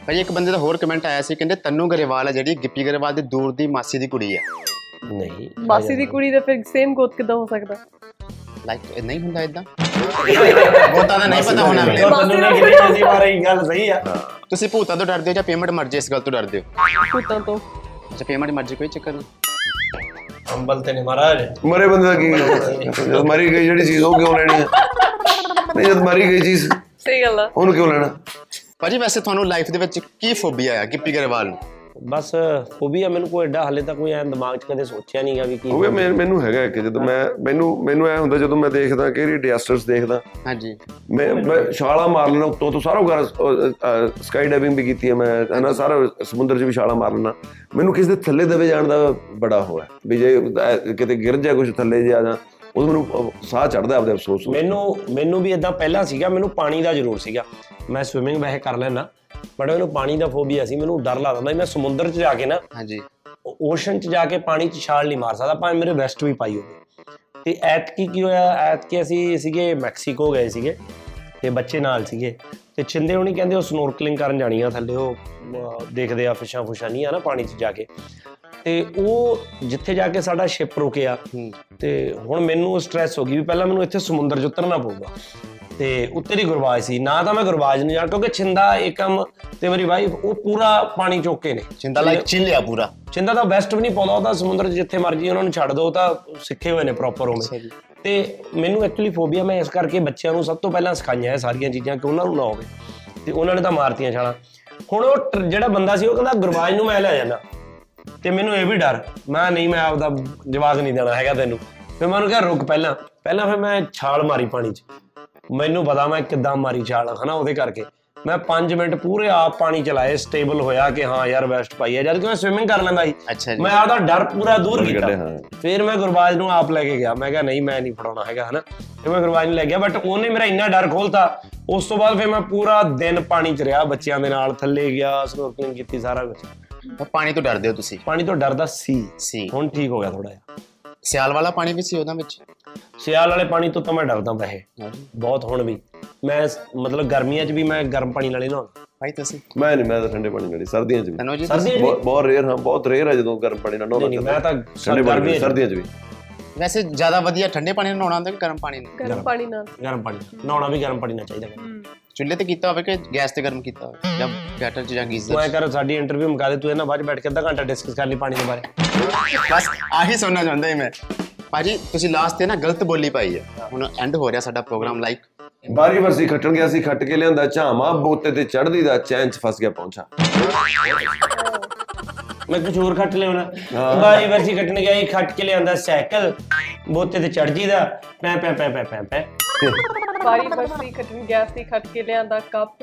[SPEAKER 2] ਭਾਈ ਇੱਕ ਬੰਦੇ ਦਾ ਹੋਰ ਕਮੈਂਟ ਆਇਆ ਸੀ ਕਹਿੰਦੇ ਤੰਨੂ ਗਰੇਵਾਲ ਆ ਜਿਹੜੀ ਗਿੱਪੀ ਗਰੇਵਾਲ ਦੀ ਦੂਰ ਦੀ ਮਾਸੀ ਦੀ ਕੁੜੀ ਆ
[SPEAKER 4] [laughs] ਨਹੀਂ
[SPEAKER 5] ਮਾਸੀ ਦੀ ਕੁੜੀ ਦਾ ਫਿਰ ਸੇਮ ਗੋਤ ਕਿੱਦਾਂ ਹੋ ਸਕਦਾ
[SPEAKER 2] ਲਾਈਕ ਨਹੀਂ ਹੁੰਦਾ ਇਦਾਂ ਬਹੁਤਾਂ ਦਾ ਨਹੀਂ ਪਤਾ ਹੋਣਾ ਅਗਲੇ ਨੂੰ।
[SPEAKER 4] ਤੁਹਾਨੂੰ ਨਾ ਕਿਹੜੀ ਜੀ ਬਾਰੇ ਇਹ ਗੱਲ ਸਹੀ ਆ
[SPEAKER 2] ਤੁਸੀਂ ਭੂਤਾਂ ਤੋਂ ਡਰਦੇ ਹੋ ਜਾਂ ਪੇਮੈਂਟ ਮਰਜ਼ੀ ਇਸ ਗੱਲ ਤੋਂ ਡਰਦੇ ਹੋ
[SPEAKER 5] ਭੂਤਾਂ ਤੋਂ
[SPEAKER 2] ਅੱਛਾ ਪੇਮੈਂਟ ਮਰਜ਼ੀ ਕੋਈ ਚੱਕਰ ਨਹੀਂ
[SPEAKER 4] ਅੰਬਲ ਤੇ ਨੇ ਮਹਾਰਾਜ
[SPEAKER 3] ਮਰੇ ਬੰਦੇ ਦਾ ਕੀ ਜਦ ਮਰੀ ਗਈ ਜਿਹੜੀ ਚੀਜ਼ ਉਹ ਕਿਉਂ ਲੈਣੀ ਹੈ ਨਹੀਂ ਜਦ ਮਰੀ ਗਈ ਚੀਜ਼
[SPEAKER 5] ਸਹੀ ਗੱਲ ਆ
[SPEAKER 3] ਉਹਨੂੰ ਕਿਉਂ ਲੈਣਾ
[SPEAKER 2] ਭਾਜੀ ਵੈਸੇ ਤੁਹਾਨੂੰ ਲਾਈਫ ਦੇ ਵਿੱਚ ਕੀ ਫੋਬੀਆ ਆ ਗਿੱਪੀ ਗਰੇਵਾਲ ਨੂੰ
[SPEAKER 4] ਬਸ ਉਹ ਵੀ ਆ ਮੈਨੂੰ ਕੋਈ ਐਡਾ ਹਲੇ ਤੱਕ ਕੋਈ ਐਂ ਦਿਮਾਗ 'ਚ ਕਦੇ ਸੋਚਿਆ ਨਹੀਂਗਾ ਵੀ ਕੀ
[SPEAKER 3] ਉਹ ਵੀ ਮੈਂ- ਮੈਨੂੰ ਹੈਗਾ ਕਿ ਜਦੋਂ ਮੈਂ ਮੈਨੂੰ ਮੈਨੂੰ ਐ ਹੁੰਦਾ ਜਦੋਂ ਮੈਂ ਦੇਖਦਾ ਕਿ ਇਹ ਡਿਜ਼ਾਸਟਰਸ ਦੇਖਦਾ
[SPEAKER 2] ਹਾਂਜੀ
[SPEAKER 3] ਮੈਂ ਮੈਂ ਛਾਲਾ ਮਾਰ ਲੈਣਾ ਉੱਤੋਂ ਤੋਂ ਸਾਰਾ ਘਰ ਸਕਾਈ ਡਾਈਵਿੰਗ ਵੀ ਕੀਤੀ ਹੈ ਮੈਂ ਹਨਾ ਸਾਰਾ ਸਮੁੰਦਰ 'ਚ ਵੀ ਛਾਲਾ ਮਾਰ ਲੈਣਾ ਮੈਨੂੰ ਕਿਸੇ ਦੇ ਥੱਲੇ ਦਵੇ ਜਾਣ ਦਾ ਬੜਾ ਹੋਇਆ ਵੀ ਜੇ ਐ- ਕਿਤੇ ਗਿਰ ਜਾ ਕੁਝ ਥੱਲੇ ਜੇ ਆ ਜਾ ਉਦੋਂ ਮੈਨੂੰ ਅ, ਸਾਹ ਚੜਦਾ ਆਪਦੇ ਅਫਸੋਸ ਨੂੰ
[SPEAKER 4] ਮੈਨੂੰ ਮੈਨੂੰ ਵੀ ਇਦਾਂ ਪਹਿਲਾਂ ਸੀਗਾ ਮੈਨੂੰ ਪਾਣੀ ਦਾ ਜ਼ਰੂਰ ਸੀਗਾ ਮੈਂ ਸਵਿਮਿੰਗ ਵੈਸੇ ਕਰ ਲੈਣਾ ਬਟ ਮੈਨੂੰ ਪਾਣੀ ਦਾ ਫੋਬੀਆ ਸੀ ਮੈਨੂੰ ਡਰ ਲੱਗਦਾ ਹੁੰਦਾ ਸੀ, ਮੈਂ ਸਮੁੰਦਰ 'ਚ ਜਾ ਕੇ ਨਾ
[SPEAKER 2] ਹਾਂਜੀ
[SPEAKER 4] ਓਸ਼ਨ 'ਚ ਜਾ ਕੇ ਪਾਣੀ 'ਚ ਛਾਲ ਨਹੀਂ ਮਾਰ ਸਕਦਾ ਭਾਵੇਂ ਮੇਰੇ ਵੈਸਟ ਵੀ ਪਾਈ ਹੋਵੇ ਤੇ ਐਤਕੀ ਕੀ ਹੋਇਆ ਐਤਕੀ ਅਸੀਂ ਸੀਗੇ ਮੈਕਸੀਕੋ ਗਏ ਸੀਗੇ ਤੇ ਬੱਚੇ ਨਾਲ ਸੀਗੇ ਤੇ ਛਿੰਦੇ ਹੋਣੀ ਕਹਿੰਦੇ ਉਹ ਸਨੋਰਕਲਿੰਗ ਕਰਨ ਜਾਣੀ ਆ ਥੱਲੇ ਉਹ ਅਹ, ਦੇਖਦੇ ਆ ਫਿਸ਼ਾਂ ਫੁਸ਼ਾਂ ਨਹੀਂ ਆ ਨਾ ਪਾਣੀ 'ਚ ਜਾ ਕੇ ਤੇ ਉਹ ਜਿੱਥੇ ਜਾ ਕੇ ਸਾਡਾ ਸ਼ਿਪ ਰੁਕਿਆ
[SPEAKER 2] ਹੂੰ
[SPEAKER 4] ਤੇ ਹੁਣ ਮੈਨੂੰ ਸਟ੍ਰੈਸ ਹੋ ਗਈ ਵੀ ਪਹਿਲਾਂ ਮੈਨੂੰ ਇੱਥੇ ਸਮੁੰਦਰ 'ਚ ਉਤਰਨਾ ਪਊਗਾ ਤੇ ਉੱਤੇ ਦੀ ਗੁਰਬਾਜ ਸੀ ਨਾ ਤਾਂ ਮੈਂ ਗੁਰਬਾਜ ਨੂੰ ਜਾਣ ਕਿਉਂਕਿ ਛਿੰਦਾ ਏਕਮ ਤੇ ਮੇਰੀ ਵਾਈਫ ਉਹ ਪੂਰਾ ਪਾਣੀ ਚੋਕੇ ਨੇ
[SPEAKER 2] ਚਿੰਦਾ ਲਾਈਕ ਚਿੱਲਿਆ ਪੂਰਾ
[SPEAKER 4] ਛਿੰਦਾ ਤਾਂ ਵੈਸਟ ਵੀ ਨਹੀਂ ਪਾਉਂਦਾ ਉਹ ਤਾਂ ਸਮੁੰਦਰ 'ਚ ਜਿੱਥੇ ਮਰਜੀ ਉਹਨਾਂ ਨੂੰ ਛੱਡ ਦੋ ਤਾਂ ਸਿੱਖੇ ਹੋਏ ਨੇ ਪ੍ਰੋਪਰ ਉਹਨੇ ਤੇ ਮੈਨੂੰ ਐਕਚੁਅਲੀ ਫੋਬੀਆ ਮੈਂ ਇਸ ਕਰਕੇ ਬੱਚਿਆਂ ਨੂੰ ਸਭ ਤੋਂ ਪਹਿਲਾਂ ਸਿਖਾਈਆਂ ਇਹ ਸਾਰੀਆਂ ਚੀਜ਼ਾਂ ਕਿ ਉਹਨਾਂ ਨੂੰ ਨਾ ਹੋਵੇ ਤੇ ਉਹਨਾਂ ਨੇ ਤਾਂ ਮਾਰਤੀਆਂ ਛਾਲਾਂ ਹੁਣ ਉਹ ਟਰ- ਜਿਹੜਾ ਬੰਦਾ ਸੀ ਉਹ ਕਹਿੰਦਾ ਗੁਰਬਾਜ ਨੂੰ ਮੈਂ ਲੈ ਜਾਣਾ ਤੇ ਮੈਨੂੰ ਇਹ ਵੀ ਡਰ ਮੈਂ ਨਹੀਂ ਮੈਂ ਆਪਦਾ ਜਵਾਬ ਨਹੀਂ ਦੇਣਾ ਹੈਗਾ ਤੈਨੂੰ ਫਿਰ ਮੈਂ ਉਹਨੂੰ ਕਿਹਾ ਰੁਕ ਪਹਿਲਾਂ ਪਹਿਲਾਂ ਫਿਰ ਮੈਂ ਛਾਲ ਮਾਰੀ ਪਾਣੀ 'ਚ ਮੈਨੂੰ ਪਤਾ ਮੈਂ ਕਿੱਦਾਂ ਮਾਰੀ ਛਾਲ ਹਨਾ ਉਹਦੇ ਕਰਕੇ ਮੈਂ 5 ਮਿੰਟ ਪੂਰੇ ਆਪ ਪਾਣੀ ਚਲਾਏ ਸਟੇਬਲ ਹੋਇਆ ਕਿ ਹਾਂ ਯਾਰ ਵੈਸਟ ਪਾਈ ਹੈ ਜਦ ਕਿ ਮੈਂ ਸਵਿਮਿੰਗ ਕਰ ਲੈਂਦਾ
[SPEAKER 2] ਅੱਛਾ
[SPEAKER 4] ਸੀ
[SPEAKER 2] ਜੀ।
[SPEAKER 4] ਮੈਂ ਆਪਦਾ ਡਰ ਪੂਰਾ ਦੂਰ ਕੀਤਾ
[SPEAKER 3] ਕੱਢਿਆ, ਹਾਂ।
[SPEAKER 4] ਫਿਰ ਮੈਂ ਗੁਰਬਾਜ ਨੂੰ ਆਪ ਲੈ ਕੇ ਗਿਆ ਮੈਂ ਕਿਹਾ ਨਹੀਂ ਮੈਂ ਨਹੀਂ ਫੜਾਉਣਾ ਹੈਗਾ ਹਨਾ ਫਿਰ ਮੈਂ ਗੁਰਬਾਜ ਨੂੰ ਲੈ ਗਿਆ ਬਟ ਉਹਨੇ ਮੇਰਾ ਇੰਨਾ ਡਰ ਖੋਲਤਾ ਉਸ ਤੋਂ ਬਾਅਦ ਫਿਰ ਮੈਂ ਪੂਰਾ ਦਿਨ ਪਾਣੀ 'ਚ ਰਿਹਾ ਬੱਚਿਆਂ ਦੇ ਨਾਲ ਥੱਲੇ ਗਿਆ ਸਨੋਰਕਲਿੰਗ ਕੀਤੀ ਸਾਰਾ ਕੁਝ
[SPEAKER 2] ਪਾਣੀ ਤੋਂ ਡਰਦੇ ਹੋ ਤੁਸੀਂ
[SPEAKER 4] ਪਾਣੀ ਤੋਂ ਡਰਦਾ ਸੀ
[SPEAKER 2] ਸੀ
[SPEAKER 4] ਹੁਣ ਠੀਕ ਹੋ ਗਿਆ ਥੋੜਾ ਜਿਹਾ
[SPEAKER 2] ਸਿਆਲ ਵਾਲਾ ਪਾਣੀ ਵੀ ਸੀ ਉਹਨਾਂ ਵਿੱਚ
[SPEAKER 4] ਸਿਆਲ ਵਾਲੇ ਪਾਣੀ ਤੋਂ ਤਾਂ ਮੈਂ ਡਰਦਾ ਵੈਸੇ ਬਹੁਤ ਹੁਣ ਵੀ ਮੈਂ ਸ- ਮਤਲਬ ਗਰਮੀਆਂ 'ਚ ਵੀ ਮੈਂ ਗਰਮ ਪਾਣੀ ਨਾਲੇ ਨਹਾਉਂਦਾ
[SPEAKER 2] ਭਾਈ ਤੁਸੀਂ
[SPEAKER 3] ਮੈਂ ਨਹੀਂ ਮੈਂ ਤਾਂ ਠੰਡੇ ਪਾਣੀ ਨਾਲ ਹੀ, ਸਰਦੀਆਂ 'ਚ ਵੀ
[SPEAKER 2] ਤਨੋ ਜੀ
[SPEAKER 4] ਸਰਦੀਆਂ 'ਚ ਵੀ
[SPEAKER 3] ਬਹੁਤ- ਬਹੁਤ ਰੇਅਰ ਹਾਂ ਬਹੁਤ ਰੇਅਰ ਹੈ ਜਦੋਂ ਗਰਮ ਪਾਣੀ ਨਾਲ ਨਹਾਉਣਾ
[SPEAKER 4] ਨਹੀਂ ਮੈਂ ਤਾਂ
[SPEAKER 3] ਠੰਡੇ ਪਾਣੀ
[SPEAKER 4] ਗਰਮੀਆਂ
[SPEAKER 3] ਨਾਲ,
[SPEAKER 4] 'ਚ
[SPEAKER 3] ਸਰਦੀਆਂ 'ਚ ਵੀ
[SPEAKER 2] ਵੈਸੇ ਜ਼ਿਆਦਾ ਵਧੀਆ ਠੰਡੇ ਪਾਣੀ ਨਾਲ ਨਹਾਉਣਾ ਹੁੰਦਾ ਕਿ ਗਰਮ ਪਾਣੀ ਨਾਲ
[SPEAKER 5] ਗਰਮ ਪਾਣੀ ਨਾਲ
[SPEAKER 4] ਗਰਮ ਪਾਣੀ ਨਾਲ। ਨਹਾਉਣਾ ਵੀ ਗਰਮ ਪਾਣੀ ਨਾਲ ਚਾਹੀਦਾ ਮੈਨੂੰ।
[SPEAKER 2] ਚੁੱਲ੍ਹੇ ਤੇ ਕੀਤਾ ਹੋਵੇ ਕਿ ਗੈਸ ਤੇ ਗਰਮ ਕੀਤਾ ਹੋਵੇ ਜਾਂ ਬੈਟਰ ਚ ਜਾਂ ਗੀਜ਼ਰ
[SPEAKER 4] ਤੂੰ ਐ ਕਰ ਸਾਡੀ ਇੰਟਰਵਿਊ ਮੁਕਾ ਦੇ ਤੂੰ ਇਹਨਾਂ ਬਾਅਦ 'ਚ ਬੈਠ ਕੇ ਅੱਧਾ ਘੰਟਾ ਡਿਸਕਸ ਕਰ ਲਈ ਪਾਣੀ ਦੇ ਬਾਰੇ
[SPEAKER 2] ਬਸ ਆਹੀ ਸੁਣਨਾ ਚਾਹੁੰਦਾ ਸੀ ਮੈਂ ਭਾਜੀ ਤੁਸੀਂ ਲਾਸਟ ਤੇ ਨਾ ਗਲਤ ਬੋਲੀ ਪਾਈ ਹੈ ਹੁਣ ਐਂਡ ਹੋ ਰਿਹਾ ਸਾਡਾ ਪ੍ਰੋਗਰਾਮ ਲਾਈਕ
[SPEAKER 3] ਬਾਰੀ ਵਰਸੀ ਖੱਟਣ ਗਿਆ ਸੀ ਖੱਟ ਕੇ ਲਿਆਂਦਾ ਝਾਮਾ ਬੋਤੇ ਤੇ ਚੜਦੀ ਦਾ ਚੈਨ 'ਚ ਫਸ ਗਿਆ ਪਹੁੰਚਾ
[SPEAKER 4] ਮੈਂ ਕੁਝ ਹੋਰ ਖੱਟ ਲਿਆਉਣਾ ਬਾਰੀ ਵਰਸੀ ਕੱਟਣ ਗਿਆ ਇਹ ਖੱਟ ਕੇ ਲਿਆਂਦਾ ਸਾਈਕਲ ਬੋਤੇ ਤੇ ਚੜ ਜੀਦਾ ਪੈ ਪੈ ਪੈ ਪੈ ਪੈ ਪੈ
[SPEAKER 5] ਬਾਰੀ ਬਰਸੀ ਖਟਨ ਗਿਆ ਸੀ ਖਟ ਕੇ ਲਿਆਂਦਾ ਕੱਪ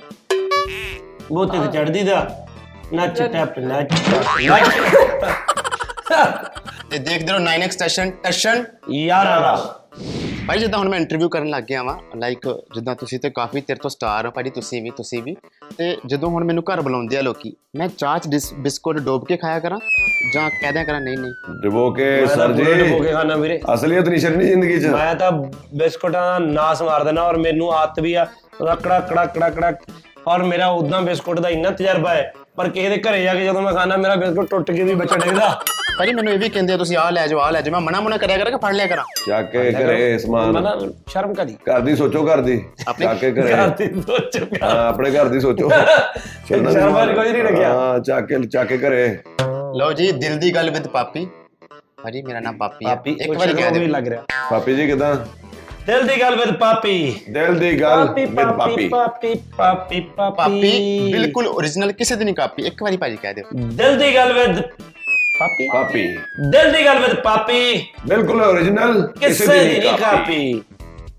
[SPEAKER 4] ਬੋਤੇ ਤੇ ਚੜ ਜੀਦਾ ਨੱਚ ਟੱਪ ਨੱਚ ਟੱਪ, ਨੱਚ
[SPEAKER 2] ਤੇ ਦੇਖਦੇ ਰਹੋ 9x ਸਟੇਸ਼ਨ ਸਟੇਸ਼ਨ
[SPEAKER 4] ਯਾਰਾ
[SPEAKER 2] ਭਾਈ ਜਿੱਦਾਂ ਹੁਣ ਮੈਂ ਇੰਟਰਵਿਊ ਕਰਨ ਲੱਗ ਗਿਆ ਵਾਂ ਲਾਈਕ ਜਿੱਦਾਂ ਤੁਸੀਂ ਤੇ ਕਾਫੀ ਤੇਰੇ ਤੋਂ ਸਟਾਰ ਹੋ ਭਾਜੀ ਤੁਸੀਂ ਵੀ ਤੁਸੀਂ ਵੀ ਤੇ ਜਦੋਂ ਹੁਣ ਮੈਨੂੰ ਘਰ ਬੁਲਾਉਂਦੇ ਆ ਲੋਕੀ ਮੈਂ ਚਾਹ ਚ ਡਿਸ- ਬਿਸਕੁਟ ਡੋਬ ਕੇ ਖਾਇਆ ਕਰਾਂ ਜਾਂ ਕਹਿ ਦਿਆਂ ਕਰਾਂ ਨਹੀਂ ਨਹੀਂ
[SPEAKER 3] ਡਿਬੋ ਕੇ ਸਰ ਜੀ
[SPEAKER 4] ਹੋ ਕੇ ਖਾਣਾ ਵੀਰੇ
[SPEAKER 3] ਅਸਲੀਅਤ ਨਹੀਂ ਛੱਡਣੀ ਜ਼ਿੰਦਗੀ 'ਚ
[SPEAKER 4] ਮੈਂ ਤਾਂ ਬਿਸਕੁਟਾਂ ਦਾ ਨਾਸ ਮਾਰ ਦੇਣਾ ਔਰ ਮੈਨੂੰ ਆਦਤ ਵੀ ਆ ਰਕੜਾ ਕੜਾ ਕੜਾ ਕੜਾ ਔਰ ਮੇਰਾ ਉਦਾਂ ਬਿਸਕੁਟ ਦਾ ਇੰਨਾ ਤਜਰਬਾ ਹੈ ਪਰ ਕਿਸੇ ਦੇ ਘਰੇ ਜਾ ਕੇ ਜਦੋਂ ਮੈਂ ਖਾਣਾ ਮੇਰਾ ਬਿਸਕੁਟ ਟੁੱਟ ਕੇ ਵੀ ਬਚਣ ਲੱਗਦਾ
[SPEAKER 2] ਭਾਜੀ ਮੈਨੂੰ ਇਹ ਵੀ ਕਹਿੰਦੇ ਆ ਤੁਸੀਂ ਆਹ ਲੈ ਜਾਓ ਆਹ ਲੈ ਜਾਓ ਮੈਂ ਮਨਾ ਮਨਾ ਕਰਿਆ ਕਰਾਂਗਾ ਫੜ ਲਿਆ ਕਰਾਂ
[SPEAKER 3] ਚੱਕ ਕੇ ਘਰੇ ਸਮਾਨ
[SPEAKER 4] ਮਨਾ ਸ਼ਰਮ ਕਦੀ
[SPEAKER 3] ਘਰ ਦੀ ਸੋਚੋ ਘਰ ਦੀ ਚੱਕ ਕੇ ਘਰੇ ਹਾਂ,
[SPEAKER 4] ਕਰਦੀ ਸੋਚੂਗਾ
[SPEAKER 3] ਆਪਣੇ ਘਰ ਦੀ ਸੋਚੋ ਛੱਡਣਾ ਨੀ
[SPEAKER 4] ਸ਼ਰਮ ਵਾਲੀ
[SPEAKER 3] ਮਾਰ।
[SPEAKER 4] ਕੋਈ ਨਹੀਂ ਰੱਖਿਆ।
[SPEAKER 3] ਹਾਂ ਚੱਕ ਕੇ ਚੱਕ ਕੇ ਘਰੇ
[SPEAKER 2] ਲਓ ਜੀ ਦਿਲ ਦੀ ਗੱਲ ਵਿਦ ਪਾਪੀ ਭਾਜੀ ਮੇਰਾ ਨਾਮ ਪਾਪੀ ਹੈ
[SPEAKER 4] ਪਾਪੀ
[SPEAKER 2] ਇੱਕ ਵਾਰੀ ਕਹਿ ਦਿਓ
[SPEAKER 4] ਲੱਗ ਰਿਹਾ
[SPEAKER 3] ਪਾਪੀ ਜੀ ਕਿਦਾਂ
[SPEAKER 4] ਦਿਲ ਦੀ ਗੱਲ ਵਿਦ ਪਾਪੀ
[SPEAKER 3] ਦਿਲ ਦੀ ਗੱਲ ਵਿਦ ਪਾਪੀ
[SPEAKER 4] ਪਾਪੀ ਪਾਪੀ
[SPEAKER 2] ਪਾਪੀ ਬਿਲਕੁਲ origignal ਕਿਸੇ ਦੀ ਨਹੀਂ ਕਾਪੀ ਇੱਕ ਵਾਰੀ ਭਾਜੀ ਕਹਿ ਦਿਓ
[SPEAKER 4] ਦਿਲ ਦੀ ਗੱਲ ਵਿਦ ਪਾਪੀ
[SPEAKER 3] ਪਾਪੀ
[SPEAKER 4] ਦਿਲ ਦੀ ਗੱਲ ਵਿਦ ਪਾਪੀ
[SPEAKER 3] ਬਿਲਕੁਲ origignal
[SPEAKER 4] ਕਿਸੇ ਦੀ ਨਹੀਂ ਕਾਪੀ